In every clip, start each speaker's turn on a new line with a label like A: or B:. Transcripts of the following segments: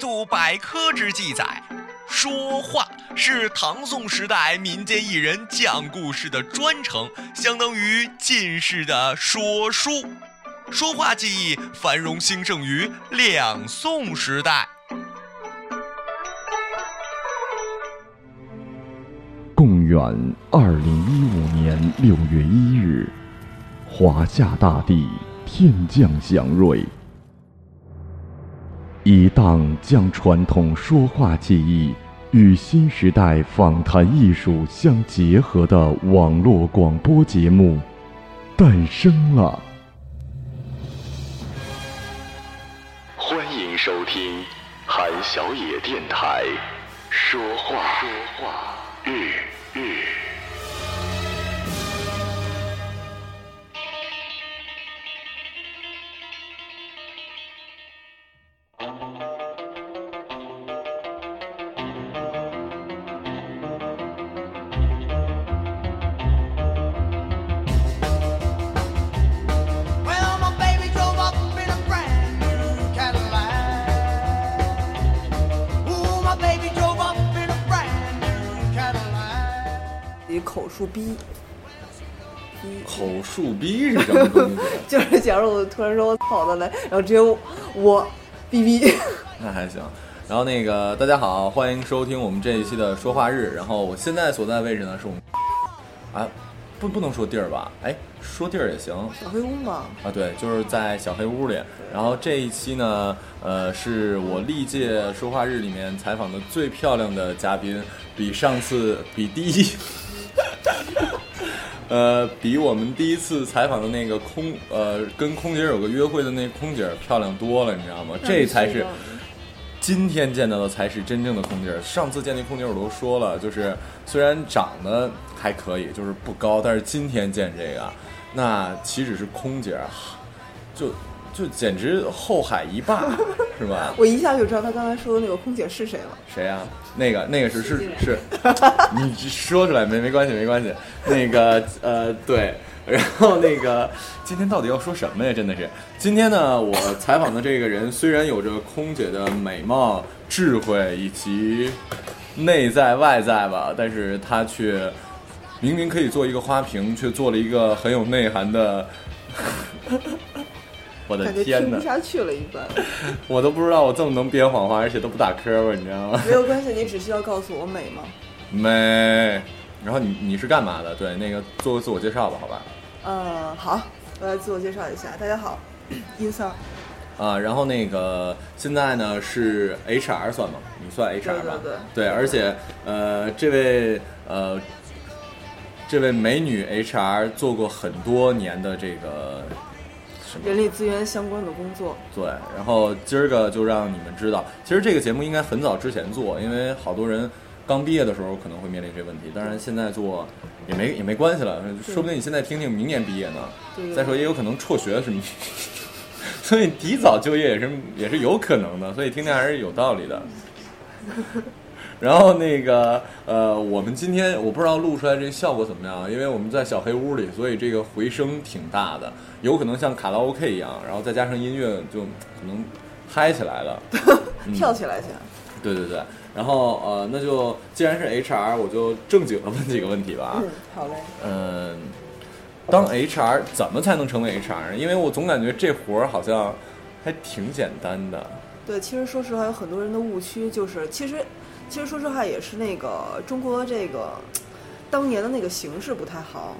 A: 古百科》之记载，说话是唐宋时代民间艺人讲故事的专程，相当于近世的说书。说话技艺繁荣兴盛于两宋时代。
B: 公元二零一五年六月一日，华夏大地天降祥瑞，一档将传统说话技艺与新时代访谈艺术相结合的网络广播节目诞生了。
C: 欢迎收听韩小野电台，说话说话日日。
D: Well, my baby drove up in a brand new Cadillac. Ooh, my baby drove up in a brand new Cadillac.
E: 于口述逼，
F: 口述逼是什么东西？
E: 就是假如我突然说我操的来，然后直接我我逼逼，
F: 那还行。然后那个大家好，欢迎收听我们这一期的说话日。然后我现在所在位置呢是我们啊，不不能说地儿吧？哎，说地儿也行
E: 小黑屋嘛，
F: 啊。对，就是在小黑屋里。然后这一期呢，呃，是我历届说话日里面采访的最漂亮的嘉宾，比上次比第一。 呃，比我们第一次采访的那个空，呃，跟空姐有个约会的那空姐漂亮多了，你知道吗？这才是今天见到的才是真正的空姐儿。上次见那空姐儿我都说了，就是虽然长得还可以，就是不高，但是今天见这个，那岂止是空姐儿，就就简直后海一霸，是吧？
E: 我一下就知道他刚才说的那个空姐是谁了。
F: 谁啊？那个那个是是是，你说出来没没关系没关系。那个呃对，然后那个今天到底要说什么呀？真的是，今天呢，我采访的这个人虽然有着空姐的美貌、智慧以及内在外在吧，但是她却明明可以做一个花瓶，却做了一个很有内涵 的。我的
E: 感觉
F: 天
E: 听
F: 哪
E: 不！下去了，一般
F: 我都不知道我这么能编谎话，而且都不打磕巴，你知道吗？
E: 没有关系，你只需要告诉我美吗？
F: 没。然后你你是干嘛的？对，那个做个自我介绍吧，好吧。
E: 呃，好，我来自我介绍一下，大家好，音三儿，
F: 啊，然后那个现在呢是 HR 算吗？你算 HR 吧。
E: 对对
F: 对而且呃，这位呃，这位美女 HR 做过很多年的这个什么
E: 人力资源相关的工作，
F: 对，然后今儿个就让你们知道，其实这个节目应该很早之前做，因为好多人刚毕业的时候可能会面临这问题。当然现在做也没也没关系了，说不定你现在听听，明年毕业呢。
E: 对对
F: 再说也有可能辍学什么，所以提早就业也是也是有可能的，嗯所以听听还是有道理的。 然后那个呃，我们今天我不知道录出来这效果怎么样，因为我们在小黑屋里，所以这个回声挺大的，有可能像卡拉 OK 一样，然后再加上音乐就可能嗨起来了。嗯
E: 跳起来先。
F: 啊对对对，然后呃，那就既然是 HR，我就正经的问几个问题吧。
E: 嗯，好嘞。
F: 嗯，当 HR 怎么才能成为 HR 呢？因为我总感觉这活儿好像还挺简单的。
E: 对，其实说实话，有很多人的误区就是，其实，其实说实话也是那个中国这个当年的那个形势不太好，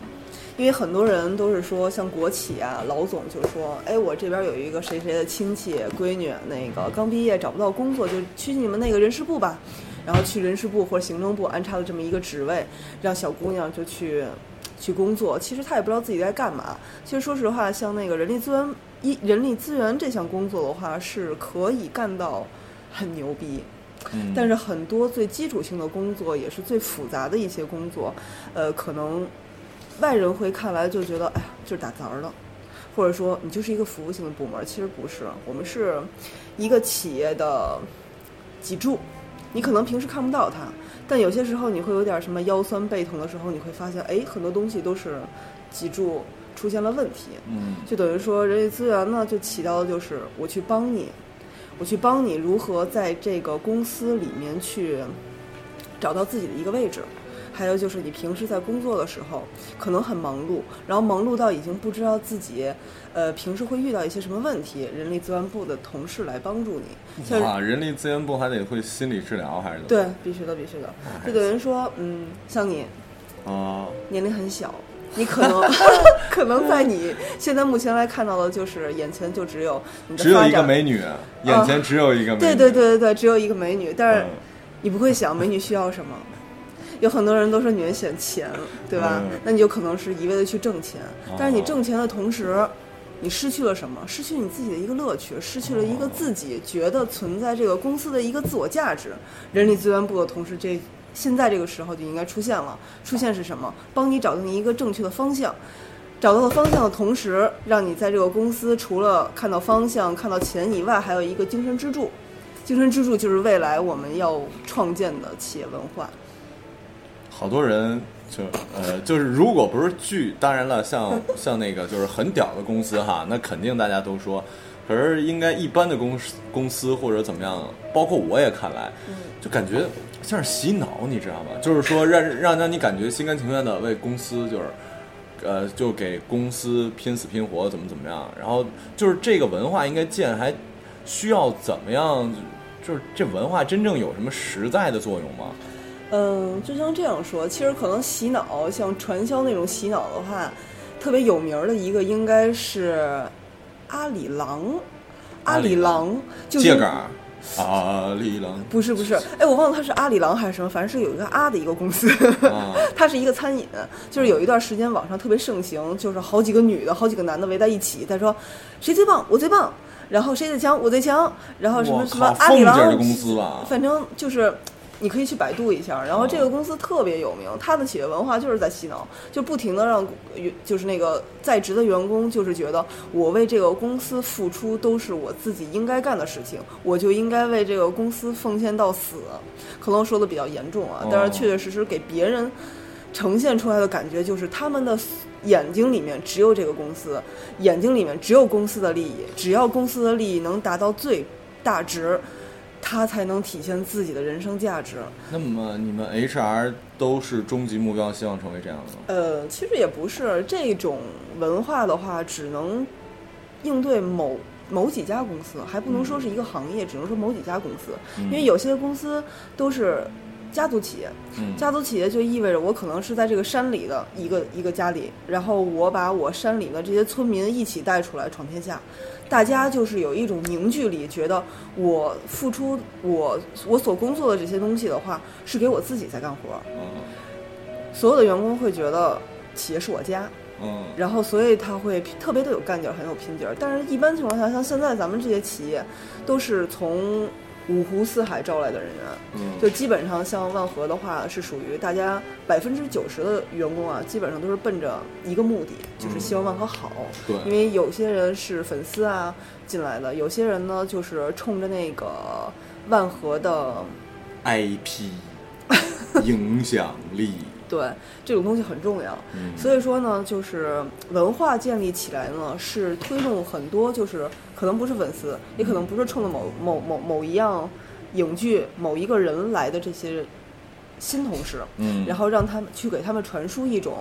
E: 因为很多人都是说，像国企啊，老总就说，哎，我这边有一个谁谁的亲戚闺女，那个刚毕业找不到工作，就去你们那个人事部吧，然后去人事部或者行政部安插了这么一个职位，让小姑娘就去去工作，其实她也不知道自己在干嘛。其实说实话，像那个人力资源一人力资源这项工作的话，是可以干到很牛逼。
F: 嗯，
E: 但是很多最基础性的工作，也是最复杂的一些工作，呃，可能外人会看来就觉得，哎呀，就是打杂儿的，或者说你就是一个服务性的部门，其实不是，我们是一个企业的脊柱，你可能平时看不到它，但有些时候你会有点什么腰酸背疼的时候，你会发现，哎，很多东西都是脊柱出现了问题，
F: 嗯
E: 就等于说人力资源呢，就起到的就是我去帮你，我去帮你如何在这个公司里面去找到自己的一个位置。还有就是你平时在工作的时候可能很忙碌，然后忙碌到已经不知道自己，呃，平时会遇到一些什么问题，人力资源部的同事来帮助你。像
G: 啊，人力资源部还得会心理治疗还是怎么？
E: 对，必须的，必须的。就等于说，嗯，像你
G: 啊，
E: 年龄很小，你可 能可能在你现在目前来看到的，就是眼前就只有你的
G: 只有
E: 发
G: 一个
E: 展。
G: 美女，眼前只有一个美女。
E: 嗯对对对对对，只有一个美女，但是
G: 嗯
E: 你不会想美女需要什么。有很多人都说女人选钱，对吧？
G: 嗯哦
E: 那你就可能是一味的去挣钱，但是你挣钱的同时，你失去了什么？失去你自己的一个乐趣，失去了
G: 哦
E: 一个自己觉得存在这个公司的一个自我价值。人力资源部的同事这现在这个时候就应该出现了，出现是什么？帮你找到你一个正确的方向。找到了方向的同时，让你在这个公司除了看到方向、看到钱以外，还有一个精神支柱。精神支柱就是未来我们要创建的企业文化。
G: 好多人就呃，就是如果不是巨，当然了，像 像那个就是很屌的公司哈，那肯定大家都说。可是应该一般的公司公司或者怎么样，包括我也看来，就感觉像是洗脑，你知道吗？就是说让让让你感觉心甘情愿的为公司就是。呃，就给公司拼死拼活，怎么怎么样？然后就是这个文化应该建，还需要怎么样？就是这文化真正有什么实在的作用吗？
E: 嗯，就像这样说，其实可能洗脑，像传销那种洗脑的话，特别有名儿的一个应该是阿里郎，阿里郎就是
G: 借杆儿啊，力量
E: 不是不是，哎，我忘了他是阿里郎还是什么，反正是有一个阿的一个公司，
G: 啊，
E: 它是一个餐饮，就是有一段时间网上特别盛行，就是好几个女的、好几个男的围在一起，在说谁最棒，我最棒，然后谁最强，我最强，然后什么
G: 我
E: 什么
G: 靠
E: 阿里
G: 凤姐儿
E: 郎
G: 的公司吧
E: 反正就是。你可以去百度一下，然后这个公司特别有名，它的企业文化就是在洗脑，就不停的让员就是那个在职的员工就是觉得我为这个公司付出都是我自己应该干的事情，我就应该为这个公司奉献到死。可能说的比较严重啊，但是确确实实给别人呈现出来的感觉就是他们的眼睛里面只有这个公司，眼睛里面只有公司的利益，只要公司的利益能达到最大值，他才能体现自己的人生价值。
G: 那么你们 HR 都是终极目标，希望成为这样的吗？
E: 呃，其实也不是这种文化的话，只能应对某某几家公司，还不能说是一个行业，只能说某几家公司，因为有些公司都是家族企业，
G: 嗯
E: 家族企业就意味着我可能是在这个山里的一个一个家里，然后我把我山里的这些村民一起带出来闯天下。大家就是有一种凝聚力，觉得我付出我我所工作的这些东西的话，是给我自己在干活儿。
G: 嗯
E: 所有的员工会觉得企业是我家，
G: 嗯
E: 然后所以他会特别的有干劲儿，很有拼劲儿。但是，一般情况下，像现在咱们这些企业，都是从五湖四海招来的人员，
G: 嗯，
E: 就基本上像万和的话，是属于大家百分之九十的员工啊，基本上都是奔着一个目的，就是希望万和好。
G: 嗯对
E: 因为有些人是粉丝啊进来的，有些人呢就是冲着那个万和的
G: IP 影响力，
E: 对，这种东西很重要。
G: 嗯
F: 嗯
E: 所以说呢，就是文化建立起来呢，是推动很多，就是可能不是粉丝，也可能不是冲着某某某某一样影剧、某一个人来的这些新同事，
G: 嗯
E: 然后让他们去给他们传输一种。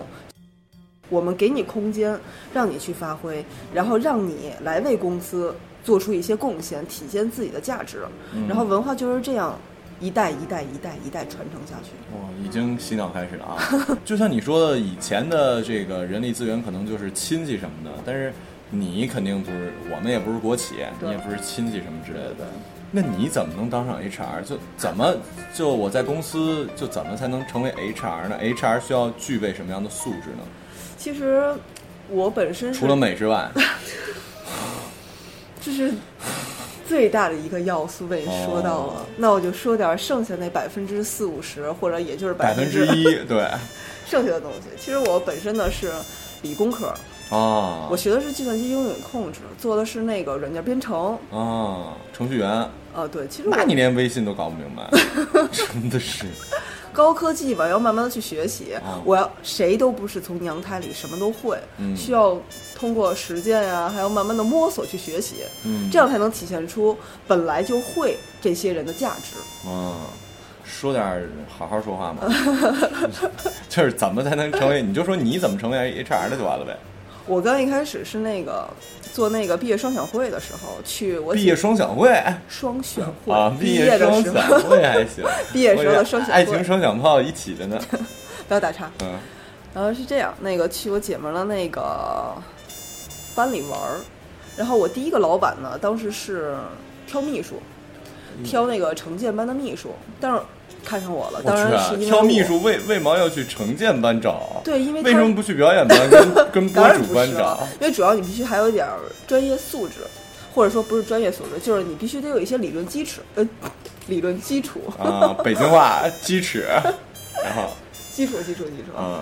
E: 我们给你空间，让你去发挥，然后让你来为公司做出一些贡献，体现自己的价值。然后文化就是这样一代一代一代一代传承下去。
G: 哇，已经洗脑开始了啊！就像你说的，以前的这个人力资源可能就是亲戚什么的，但是你肯定不是，我们也不是国企，
F: 啊
G: 你
E: 对
G: 也不是亲戚什么之类的。那你怎么能当上 HR？就怎么就我在公司就怎么才能成为 HR 呢？HR 需要具备什么样的素质呢？
E: 其实我本身是
G: 除了美之外，
E: 这是最大的一个要素被你说到了，
G: 哦
E: 那我就说点剩下那百分之四五十，或者也就是
G: 百
E: 百
G: 分之
E: 之
G: 一 对
E: 剩下的东西。其实我本身呢是理工科，
G: 啊
E: 我学的是计算机应用与控制，做的是那个软件编程。
G: 啊，程序员，
E: 啊，对，其实我
G: 那你连微信都搞不明白，真的是
E: 高科技吧，要慢慢的去学习。
G: 哦
E: 我要谁都不是从娘胎里什么都会，
G: 嗯
E: 需要通过实践呀、还要慢慢的摸索去学习，
G: 嗯
E: 这样才能体现出本来就会这些人的价值。
G: 嗯，说点儿好好说话嘛， 就是怎么才能成为？你就说你怎么成为 HR 的就完了呗。
E: 我刚一开始是那个做那个毕业双选会的时候，去我
G: 毕业双享会
E: 双选会
G: 啊，
E: 毕
G: 业
E: 的
G: 双
E: 时
G: 享
E: 候
G: 会还行，
E: 毕业时候的双
G: 我以
E: 享会
G: 为爱情双响炮一起的呢。
E: 不要打岔。
G: 嗯，
E: 然后是这样，那个去我姐们儿的那个班里玩儿，然后我第一个老板呢，当时是挑秘书，
G: 嗯
E: 挑那个城建班的秘书，但是看上我了，
G: 我
E: 当
G: 去
E: 然
G: 啊
E: 是因，为
G: 挑秘
E: 我
G: 书为为毛要去城建班找？
E: 对因为
G: 为
E: 他
G: 什么不去表演班跟跟
E: 当
G: 播
E: 然
G: 主
E: 不
G: 班
E: 是啊
G: 找
E: 了？，因为主要你必须还有一点儿专业素质，或者说不是专业素质，就是你必须得有一些理论基础，呃，理论基础，
G: 啊，北京话鸡翅，然后
E: 基础基础基础。
G: 嗯，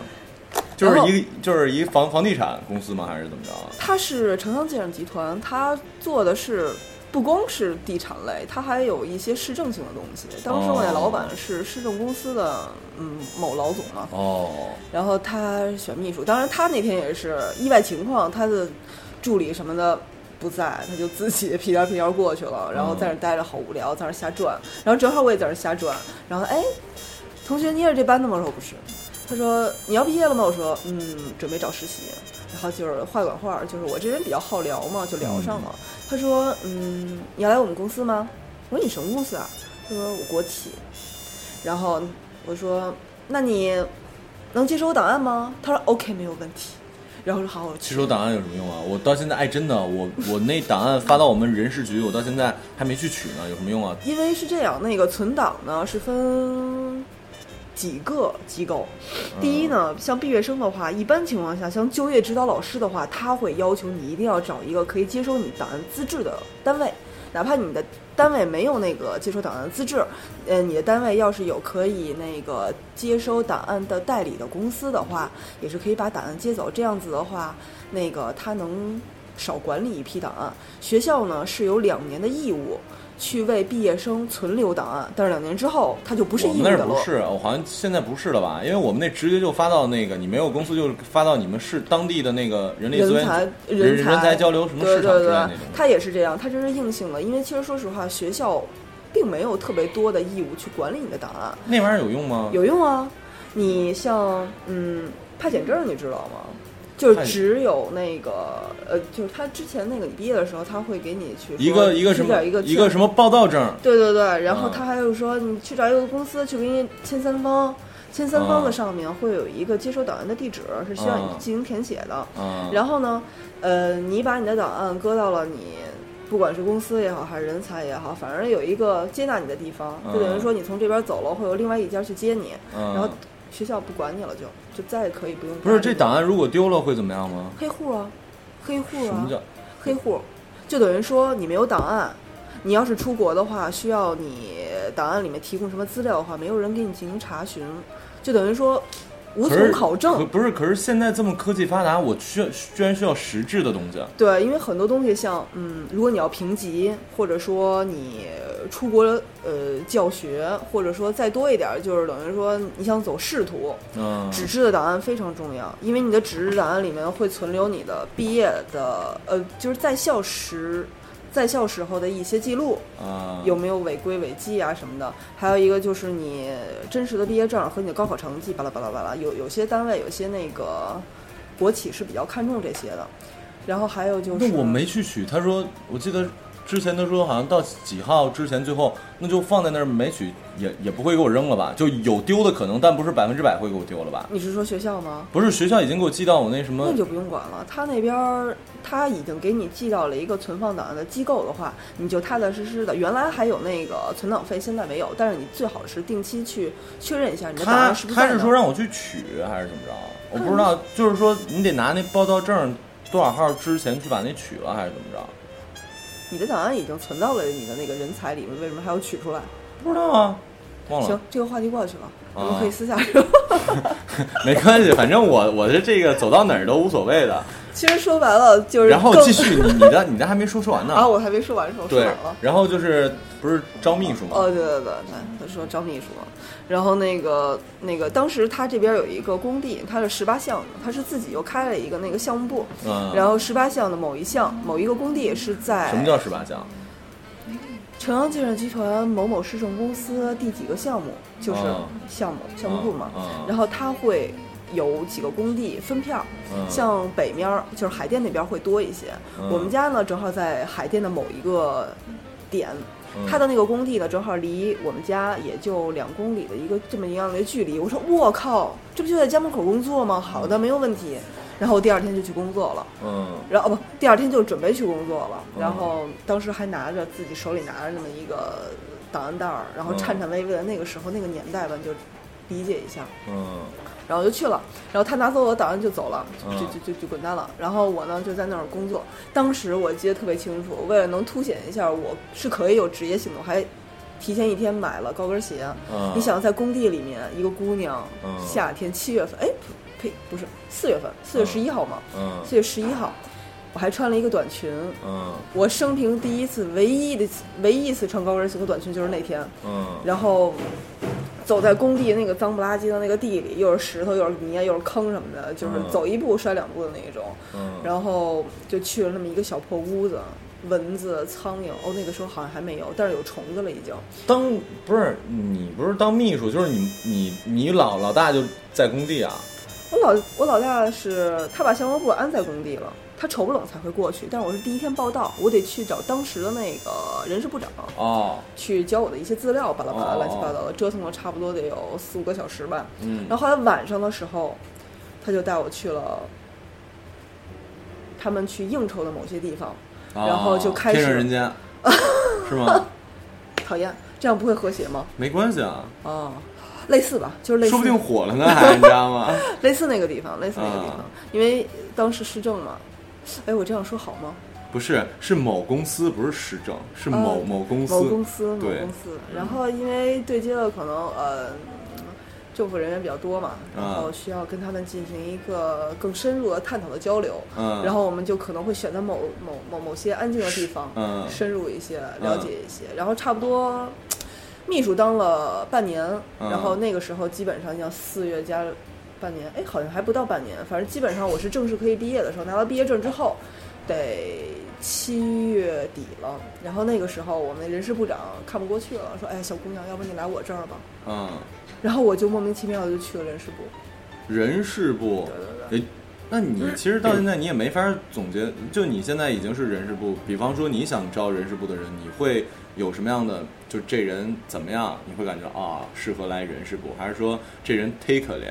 G: 就是一就是一房房地产公司吗？还是怎么着啊？
E: 它是城乡建设集团，它做的是不光是地产类，它还有一些市政性的东西。当时我那老板是市政公司的嗯某老总嘛，
G: 哦，
E: 然后他选秘书，当然他那天也是意外情况，他的助理什么的。不在，他就自己屁颠儿屁颠儿过去了，然后在那儿待着好无聊，在那儿瞎转。然后正好我也在那儿瞎转，然后哎，同学，你也是这班的吗？我说不是。他说你要毕业了吗？我说嗯，准备找实习。然后就是话管话，就是我这人比较好聊嘛，就聊上了。他说嗯，你要来我们公司吗？我说你什么公司啊？他说我国企。然后我说那你能接收我档案吗？他说 OK，没有问题。然后我说好，我
G: 接
E: 去。
G: 收档案有什么用啊？我到现在，哎，真的，我我那档案发到我们人事局，我到现在还没去取呢，有什么用啊？
E: 因为是这样，那个存档呢是分几个机构。
G: 嗯
E: 第一呢，像毕业生的话，一般情况下，像就业指导老师的话，他会要求你一定要找一个可以接收你档案资质的单位，哪怕你的单位没有那个接收档案资质，呃，你的单位要是有可以那个接收档案的代理的公司的话，也是可以把档案接走。这样子的话，那个他能少管理一批档案。学校呢是有两年的义务。去为毕业生存留档案，但是两年之后他就不是
G: 我
E: 义
G: 们
E: 务
G: 那
E: 的
G: 儿
E: 了。
G: 不是，我好像现在不是了吧？因为我们那直接就发到那个，你没有公司就发到你们市当地的那个人力资源
E: 人才
G: 人
E: 才
G: 才交流什么市
E: 对
G: 场之类
E: 对
G: 的
E: 对
G: 那种，
E: 他也是这样，他就是硬性了。因为其实说实话，学校并没有特别多的义务去管理你的档案，
G: 那玩意儿有用吗？
E: 有用啊。你像嗯，派遣证你知道吗？就是
G: 派遣
E: 只有那个呃，就是他之前那个你毕业的时候，他会给你去说
G: 一个一个
E: 去
G: 什么
E: 找一个
G: 一个
E: 签
G: 什么报道证，
E: 对对对，然后
G: 嗯
E: 他还有说，你去找一个公司去给你签三方，签三方
G: 嗯
E: 的上面会有一个接收档案的地址，是需要你
G: 嗯
E: 进行填写的。
G: 嗯，
E: 然后呢，呃，你把你的档案搁到了你，不管是公司也好，还是人才也好，反正有一个接纳你的地方，就等于说你从这边走了，会有另外一家去接你，
G: 嗯
E: 然后学校不管你了就，就再也可以不用管你。
G: 不是这档案如果丢了会怎么样吗？
E: 黑户啊，黑户啊，
G: 什么叫
E: 黑户，就等于说你没有档案。你要是出国的话，需要你档案里面提供什么资料的话，没有人给你进行查询，就等于说无
G: 可
E: 从
G: 是
E: 考
G: 可
E: 证。
G: 不是，可是现在这么科技发达，我需要居然需要实质的东西。啊
E: 对，因为很多东西像，嗯，如果你要评级，或者说你出国呃教学，或者说再多一点儿，就是等于说你想走仕途，
G: 嗯，
E: 纸质的档案非常重要，因为你的纸质档案里面会存留你的毕业的呃，就是在校时在校时候的一些记录，
G: 啊，
E: 有没有违规违纪啊什么的。还有一个就是你真实的毕业证和你的高考成绩，巴拉巴拉巴拉。有有些单位，有些那个国企是比较看重这些的。然后还有就是，
G: 那我没去取，他说，我记得之前他说好像到几号之前，最后那就放在那儿没取，也也不会给我扔了吧？就有丢的可能，但不是百分之百会给我丢了吧？
E: 你是说学校吗？
G: 不是，学校已经给我寄到我那什么
E: 那，就不用管了，他那边儿他已经给你寄到了一个存放档案的机构的话，你就踏踏实实的。原来还有那个存档费，现在没有，但是你最好是定期去确认一下你的档
G: 他
E: 案是不是
G: 他
E: 在那
G: 是
E: 儿。
G: 说让我去取还是怎么着？我不知道，就是说你得拿那报到证多少号之前去把那取了还是怎么着？
E: 你的档案已经存到了你的那个人才里面，为什么还要取出来？
G: 不知道啊，忘了。
E: 行，这个话题过去了，我
G: 啊
E: 们可以私下说。
G: 没关系，反正我我的这个走到哪儿都无所谓的。
E: 其实说白了就是
G: 然后
E: 更
G: 继续，你你的你的还没说说完呢。
E: 啊，我还没说完，说我说
G: 对
E: 哪儿了，？
G: 然后就是不是招秘书
E: 哦，
G: 吗？
E: 对对对对，他说张秘书，然后那个那个，当时他这边有一个工地，他是十八项的，他是自己又开了一个那个项目部，
G: 嗯，
E: 呃然后十八项的某一项某一个工地是在
G: 什么叫十八项？
E: 城阳建设集团某某市政公司第几个项目，就是
G: 哦
E: 项目项目部嘛
G: 哦哦，
E: 然后他会有几个工地分片儿
G: 嗯，
E: 像北面儿就是海淀那边儿会多一些
G: 嗯，
E: 我们家呢正好在海淀的某一个点
G: 嗯。
E: 他的那个工地呢，正好离我们家也就两公里的一个这么一样的一个距离。我说我靠，这不就在家门口工作吗？好的，没有问题。然后我第二天就去工作了。
G: 嗯
E: 然后哦不，第二天就准备去工作了，然后当时还拿着自己手里拿着那么一个档案袋儿，然后颤颤巍巍的，那个时候那个年代吧，你就理解一下，
G: 嗯
E: 然后就去了，然后他拿走我的档案就走了，就
G: 嗯
E: 就就就滚蛋了，然后我呢就在那儿工作，当时我记得特别清楚，为了能凸显一下我是可以有职业性的，我还。提前一天买了高跟鞋，
G: 嗯
E: 你想在工地里面，一个姑娘，
G: 嗯
E: 夏天七月份，哎，呸，呸不是四月份，四月
G: 嗯
E: 十一号嘛，
G: 嗯
E: 四月十一号，我还穿了一个短裙。
G: 嗯
E: 我生平第一次、唯一的一次、唯一一次穿高跟鞋和短裙就是那天。
G: 嗯
E: 然后走在工地那个脏不拉几的那个地里，又是石头，又是泥，啊又是坑什么的，就是
G: 嗯
E: 走一步摔两步的那一种。
G: 嗯，
E: 然后就去了那么一个小破屋子，蚊子、苍蝇，哦，那个时候好像还没有，但是有虫子了已经。
G: 当不是你不是当秘书，就是你你你老老大就在工地啊。
E: 我老我老大是他把消防部安在工地了，他瞅不冷才会过去，但是我是第一天报道，我得去找当时的那个人事部长。
G: 哦，
E: 去教我的一些资料，巴拉巴拉
G: 哦
E: 乱七八糟的，折腾了差不多得有四五个小时吧。
G: 嗯
E: 然后后来晚上的时候，他就带我去了他们去应酬的某些地方，然后就开始
G: 哦天上 人间，是吗？
E: 讨厌，这样不会和谐吗？
G: 没关系啊，
E: 哦，类似吧，就是类似，
G: 说不定火了呢，还你知道吗？
E: 类似那个地方，类似那个地方，
G: 啊
E: 因为当时市政嘛。哎，我这样说好吗？
G: 不是，是某公司，不是市政，是某
E: 啊
G: 某公司。
E: 某公司，某
G: 对
E: 公司。然后因为对接的可能呃，政府人员比较多嘛，然
G: 啊
E: 后需要跟他们进行一个更深入的探讨的交流。
G: 嗯
E: 然后我们就可能会选择某某某某些安静的地方，
G: 嗯
E: 深入一些，了解一些。然后差不多。秘书当了半年，
G: 嗯
E: 然后那个时候基本上要四月加半年，哎，好像还不到半年，反正基本上我是正式可以毕业的时候，拿到毕业证之后，得七月底了。然后那个时候，我们人事部长看不过去了，说：“哎，小姑娘，要不你来我这儿吧。
G: 嗯，”
E: 然后我就莫名其妙的就去了人事部。
G: 人事部。
E: 对
G: 对那你 其实到现在你也没法总结，就你现在已经是人事部，比方说你想招人事部的人，你会有什么样的？就这人怎么样？你会感觉啊、适合来人事部，还是说这人忒可怜？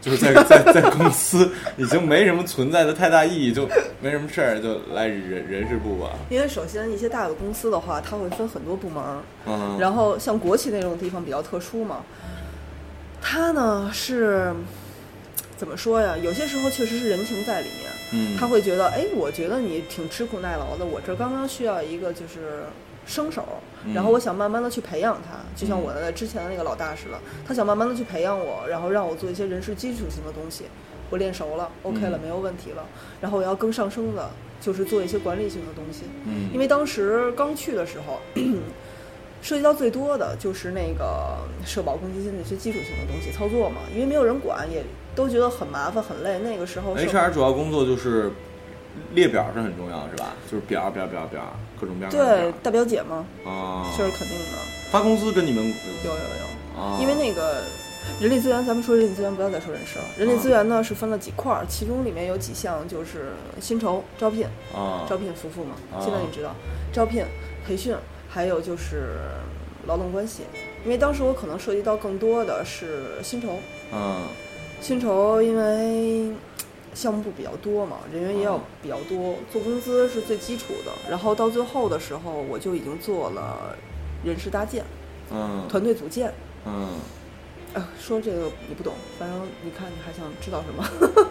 G: 就 是在在在公司已经没什么存在的太大意义，就没什么事儿，就来人人事部吧。
E: 因为首先一些大的公司的话，它会分很多部门儿，
G: 嗯，
E: 然后像国企那种地方比较特殊嘛，它呢是怎么说呀？有些时候确实是人情在里面，
G: 嗯
E: 他会觉得，哎，我觉得你挺吃苦耐劳的，我这儿刚刚需要一个就是生手，
G: 嗯
E: 然后我想慢慢的去培养他，就像我的之前的那个老大似的，他想慢慢的去培养我，然后让我做一些人事基础性的东西，我练熟了，OK
G: 嗯
E: 了，没有问题了，然后我要更上升的，就是做一些管理性的东西，
G: 嗯
E: 因为当时刚去的时候。 涉及到最多的就是那个社保、公积金那些基础性的东西操作嘛，因为没有人管，也都觉得很麻烦、很累。那个时候社保
G: HR 主要工作就是列表是很重要，是吧？就是表表表表各种表各种
E: 对
G: 表
E: 大表姐嘛，
G: 啊，
E: 这是肯定的，
G: 发工资跟你们
E: 有有有，
G: 啊，
E: 因为那个人力资源，咱们说人力资源，不要再说人事了。人力资源呢是分了几块儿，其中里面有几项就是薪酬、招聘、
G: 啊
E: 招聘服务嘛
G: 啊，
E: 现在你知道，招聘、培训，还有就是劳动关系。因为当时我可能涉及到更多的是薪酬，
G: 嗯
E: 薪酬因为项目部比较多嘛，人员也要
G: 嗯
E: 比较多，做工资是最基础的。然后到最后的时候，我就已经做了人事搭建、
G: 嗯
E: 团队组建。
G: 嗯
E: 啊，说这个你不懂，反正你看你还想知道 什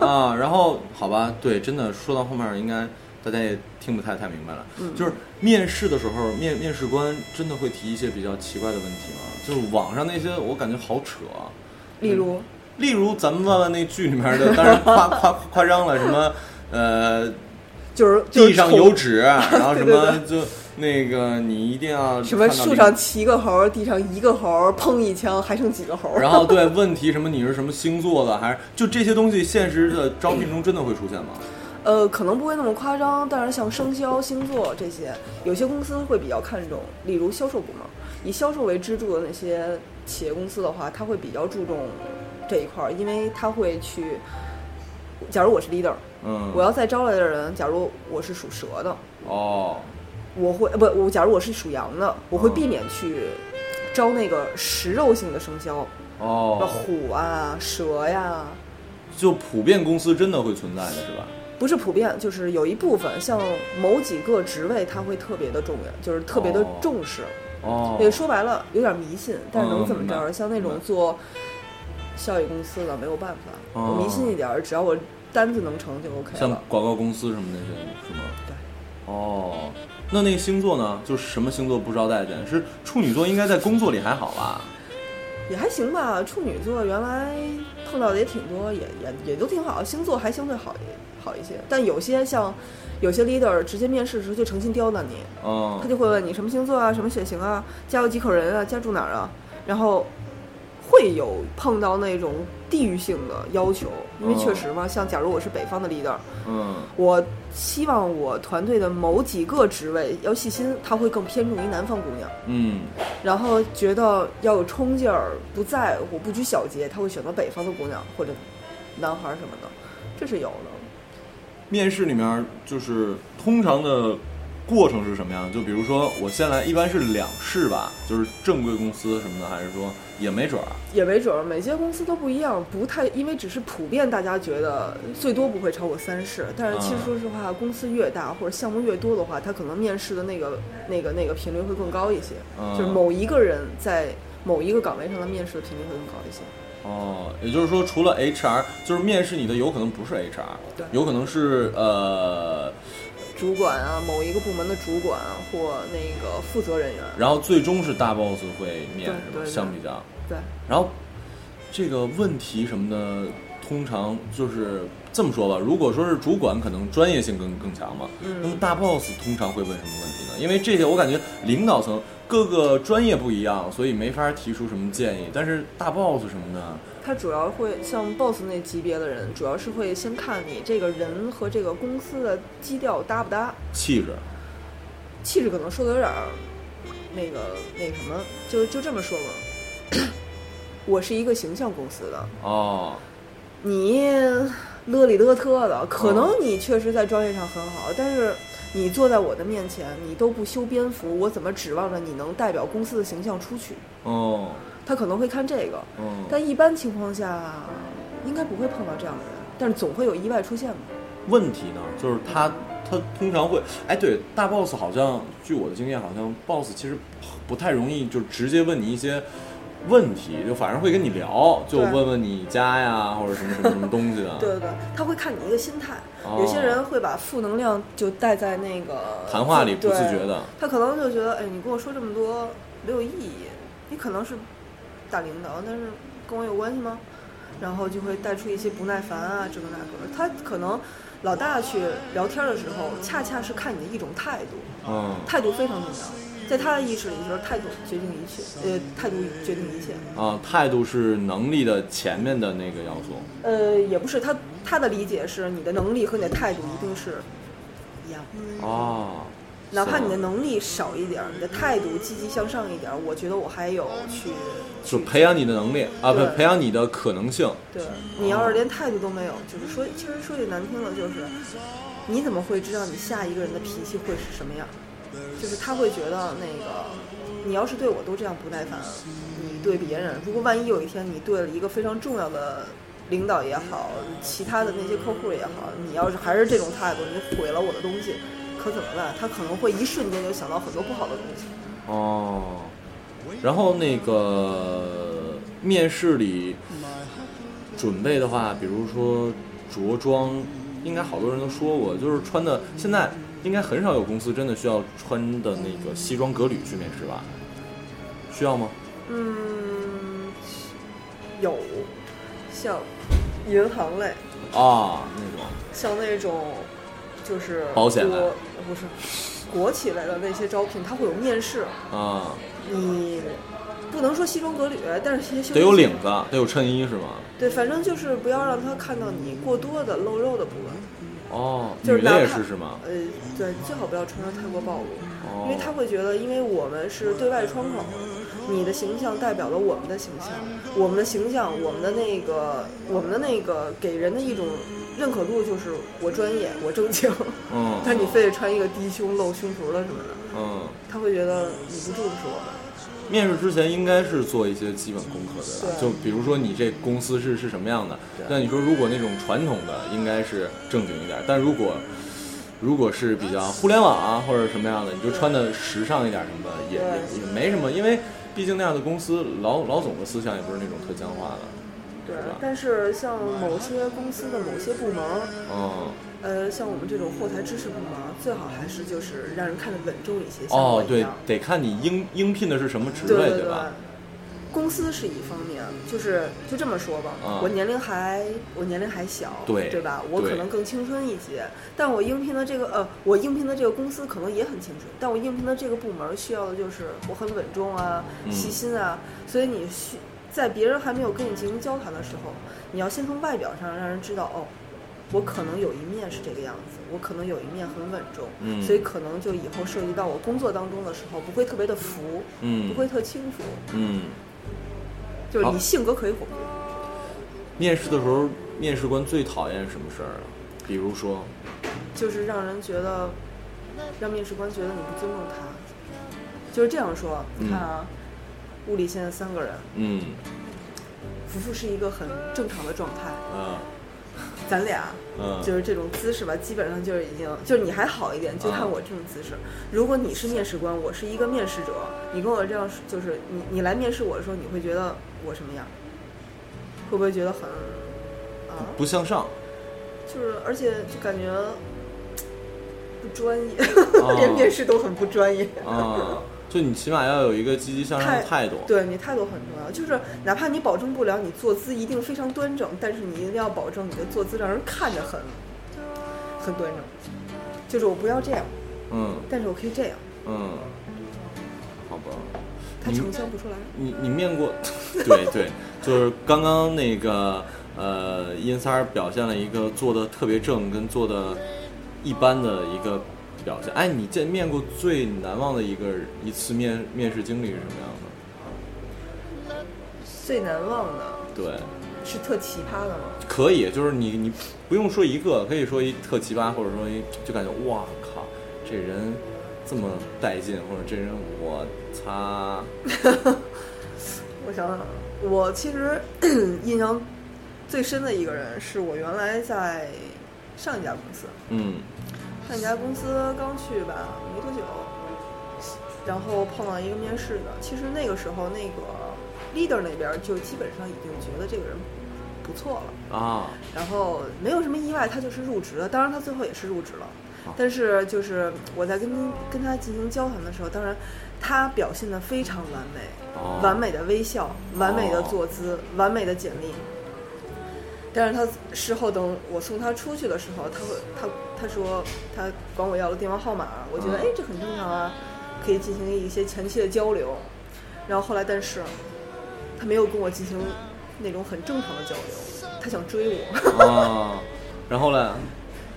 E: 么？
G: 啊，然后好吧，对，真的说到后面应该大家也听不太太明白了，
E: 嗯
G: 就是面试的时候，面面试官真的会提一些比较奇怪的问题吗？就是网上那些我感觉好扯啊、
E: 例如，
G: 例如咱们问问那剧里面的，当然夸夸夸张了，什么呃，
E: 就是就是
G: 地上有
E: 虫
G: 纸，啊 然后什
E: 对
G: 么
E: 对
G: 就那个你一定要
E: 什么
G: 看到
E: 树
G: 里
E: 上七个猴，地上一个猴，砰一枪还剩几个猴？
G: 然后对问题什么你是什么星座的，还是就这些东西，现实的招聘中真的会出现吗？
E: 呃，可能不会那么夸张，但是像生肖、星座这些，有些公司会比较看重，例如销售部门，以销售为支柱的那些企业公司的话，它会比较注重这一块儿，因为它会去，假如我是 leader，
G: 嗯，
E: 我要再招来的人，假如我是属蛇的，
G: 哦，
E: 我会呃不，我假如我是属羊的，我会
G: 嗯
E: 避免去招那个食肉性的生肖，
G: 哦，
E: 虎啊、蛇呀、
G: 就普遍公司真的会存在的是吧？
E: 不是普遍，就是有一部分，像某几个职位，他会特别的重要，就是特别的
G: 哦
E: 重视。
G: 哦，
E: 也说白了，有点迷信，但是能怎么着？
G: 嗯明白
E: 像那种
G: 明白
E: 做效益公司的，没有办法，
G: 哦
E: 我迷信一点儿，只要我单子能成就 OK
G: 像
E: 了。
G: 广告公司什么那些是吗？
E: 对，
G: 哦，那那个星座呢？就是什么星座不招待见？是处女座，应该在工作里还好吧？
E: 也还行吧。处女座原来碰到的也挺多，也也也都挺好，星座还相对好一好一些。但有些像有些 leader 直接面试的时候就诚心刁难你，
G: 嗯
E: 他，就会问你什么星座啊，什么血型啊，家有几口人啊，家住哪儿啊，然后会有碰到那种地域性的要求，因为
G: 哦
E: 确实嘛，像假如我是北方的 leader，
G: 嗯，
E: 我希望我团队的某几个职位要细心，他会更偏重于南方姑娘，
G: 嗯，
E: 然后觉得要有冲劲儿，不在乎，不拘小节，他会选择北方的姑娘或者男孩儿什么的，这是有的。
G: 面试里面就是通常的过程是什么样的？就比如说我先来，一般是两试吧，就是正规公司什么的，还是说也没准儿？啊
E: 也没准儿，每家公司都不一样，不太因为只是普遍大家觉得最多不会超过三试，但是其实
G: 嗯
E: 说实话，公司越大或者项目越多的话，它可能面试的那个那个那个频率会更高一些，
G: 嗯
E: 就是某一个人在某一个岗位上的面试的频率会更高一些。
G: 哦，也就是说，除了 HR，就是面试你的有可能不是 HR，
E: 对
G: 有可能是呃，
E: 主管啊，某一个部门的主管啊或那个负责人员，
G: 然后最终是大 boss 会
E: 对
G: 面是吧？
E: 对
G: 相
E: 对
G: 比较，
E: 对，
G: 然后这个问题什么的，通常就是这么说吧。如果说是主管，可能专业性更更强嘛。
E: 嗯
G: 那么大 boss 通常会问什么问题呢？因为这些我感觉领导层各个专业不一样，所以没法提出什么建议。但是大 boss 什么的，
E: 他主要会像 boss 那级别的人，主要是会先看你这个人和这个公司的基调搭不搭。
G: 气质，
E: 气质可能说的有点儿那个那什么，就就这么说吧。我是一个形象公司的，
G: 哦，
E: 你勒里勒特的，可能你确实在专业上很好，但是你坐在我的面前，你都不修边幅，我怎么指望着你能代表公司的形象出去？
G: 哦，
E: 他可能会看这个，
G: 嗯，
E: 但一般情况下应该不会碰到这样的人，但是总会有意外出现嘛。
G: 问题呢，就是他他通常会，哎，对，大 boss 好像，据我的经验，好像 boss 其实不太容易就直接问你一些问题，就反而会跟你聊，就
E: 对。
G: 问问你家呀或者什么什么什么东西的
E: 对对对，他会看你一个心态。
G: 啊哦
E: 有些人会把负能量就带在那个
G: 谈话里不
E: 对
G: 自觉的，
E: 他可能就觉得，哎，你跟我说这么多没有意义，你可能是大领导，但是跟我有关系吗？然后就会带出一些不耐烦啊，这个那个的。他可能老大去聊天的时候，恰恰是看你的一种态度，
G: 嗯
E: 态度非常重要。在他的意识里，就是态度决定一切，呃，态度决定一切。
G: 啊，态度是能力的前面的那个要素。
E: 呃，也不是他他的理解是你的能力和你的态度一定是一样的，
G: 哦，
E: 嗯哪怕
G: 是
E: 你的能力少一点儿，你的态度积极向上一点儿，我觉得我还有去
G: 就培养你的能力啊，不
E: 对
G: 培养你的可能性。
E: 对你要是连态度都没有，就是说，其实说句难听的，就是你怎么会知道你下一个人的脾气会是什么样？就是他会觉得那个，你要是对我都这样不耐烦，你对别人，如果万一有一天你对了一个非常重要的领导也好，其他的那些客户也好，你要是还是这种态度，你毁了我的东西，可怎么办？他可能会一瞬间就想到很多不好的东西。
G: 哦，然后那个面试里准备的话，比如说着装，应该好多人都说过，就是穿的现在应该很少有公司真的需要穿的那个西装革履去面试吧？需要吗？
E: 嗯，有，像银行类，
G: 啊，那种
E: 像那种就是
G: 保险类
E: 国不是国企类的那些招聘，它会有面试，
G: 啊，
E: 你不能说西装革履，但是也许
G: 得有领子，得有衬衣是吗？
E: 对，反正就是不要让他看到你过多的露肉的部分，
G: 哦，
E: 就是
G: 女的
E: 哪
G: 也
E: 怕
G: 是是吗？
E: 呃，对，最好不要穿的太过暴露。
G: 哦，
E: 因为他会觉得，因为我们是对外窗口，你的形象代表了我们的形象，我们的形象，我们的那个，我们的那个给人的一种认可度就是我专业，我正经。
G: 嗯，
E: 但你非得穿一个低胸露胸脯的什么的，
G: 嗯，
E: 他会觉得你不重视我们。
G: 面试之前应该是做一些基本功课的吧，
E: 对
G: 就比如说你这公司是是什么样的。那你说如果那种传统的，应该是正经一点，但如果如果是比较互联网啊或者什么样的，你就穿的时尚一点什么的，也也也没什么，因为毕竟那样的公司老老总的思想也不是那种特僵化的，
E: 对
G: 是吧，
E: 但是像某些公司的某些部门，
G: 嗯，
E: 呃，像我们这种后台知识部门，最好还是就是让人看得稳重一些。像我
G: 哦
E: 一，
G: 对
E: 样，
G: 得看你应应聘的是什么职
E: 对
G: 位，
E: 对
G: 吧？
E: 公司是一方面，就是就这么说吧，
G: 啊
E: 我年龄还我年龄还小，
G: 对
E: 吧？我可
G: 对
E: 能更青春一些，但我应聘的这个呃，我应聘的这个公司可能也很青春，但我应聘的这个部门需要的就是我很稳重啊、
G: 嗯
E: 细心啊，所以你需在别人还没有跟你进行交谈的时候，你要先从外表上让人知道哦。我可能有一面是这个样子，我可能有一面很稳重，
G: 嗯
E: 所以可能就以后涉及到我工作当中的时候，不会特别的浮，
G: 嗯
E: 不会特轻浮，
G: 嗯，
E: 就是
G: 好
E: 你性格可以活泼，
G: 面试的时候，面试官最讨厌什么事儿啊？比如说，
E: 就是让人觉得，让面试官觉得你不尊重他，就是这样说。你看啊，屋里现在三个人，
G: 嗯，
E: 福福是一个很正常的状态，
G: 啊，
E: 咱俩
G: 嗯，
E: 就是这种姿势吧，基本上就是已经，就是你还好一点，就
G: 嗯
E: 看我这种姿势。如果你是面试官，我是一个面试者，你跟我这样说，就是你你来面试我的时候，你会觉得我什么样？会不会觉得很啊？
G: 不向上，
E: 就是而且就感觉不专业，
G: 啊
E: 连面试都很不专业。
G: 啊，就你起码要有一个积极向上的态度。，
E: 对你态度很重要，就是哪怕你保证不了你坐姿一定非常端正，但是你一定要保证你的坐姿让人看着很很端正。就是我不要这样，
G: 嗯
E: 但是我可以这样，
G: 嗯，好吧。
E: 它
G: 你
E: 呈现不出来。
G: 你你面 过？对对，就是刚刚那个呃，殷三儿表现了一个做的特别正跟做的一般的一个表现。哎，你见面过最难忘的一个一次面面试经历是什么样的？
E: 最难忘的
G: 对，
E: 是特奇葩的吗？
G: 可以，就是你你不用说一个，可以说一特奇葩，或者说一就感觉哇靠，这人这么带劲，或者这人我擦，
E: 我想想啊，我其实 印象最深的一个人是我原来在上一家公司，
G: 嗯
E: 上一家公司刚去吧，没多久，然后碰到一个面试的。其实那个时候，那个 leader 那边就基本上已经觉得这个人不错了，
G: 啊，
E: 然后没有什么意外，他就是入职了。当然，他最后也是入职了。但是就是我在跟跟他进行交谈的时候，当然他表现得非常完美，
G: 哦
E: 完美的微笑，完美的坐姿，完美的简历。但是他事后等我送他出去的时候，他会他他说他管我要了电话号码，我觉得
G: 嗯
E: 哎这很正常啊，可以进行一些前期的交流。然后后来，但是他没有跟我进行那种很正常的交流，他想追我。
G: 啊，然后呢？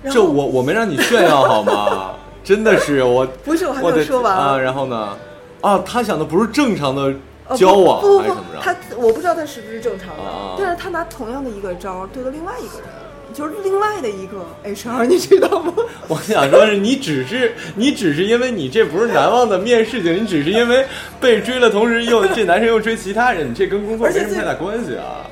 E: 然后
G: 这我我没让你炫耀好吗？ 真的是我，
E: 不是我还没有
G: 的
E: 说完
G: 啊。然后呢？啊，他想的不是正常的
E: 呃不
G: 交往、
E: 不
G: 还是
E: 不
G: 怎
E: 不
G: 么，
E: 他
G: 着？
E: 我不知道他是不是正常的，
G: 啊
E: 但是他拿同样的一个招儿对了另外一个人，就是另外的一个 HR，你知道吗？
G: 我想说是你只是你只是因为你这不是难忘的面试景，你只是因为被追了，同时又这男生又追其他人，你这跟工作
E: 而
G: 没
E: 且
G: 什么
E: 最
G: 太大关系啊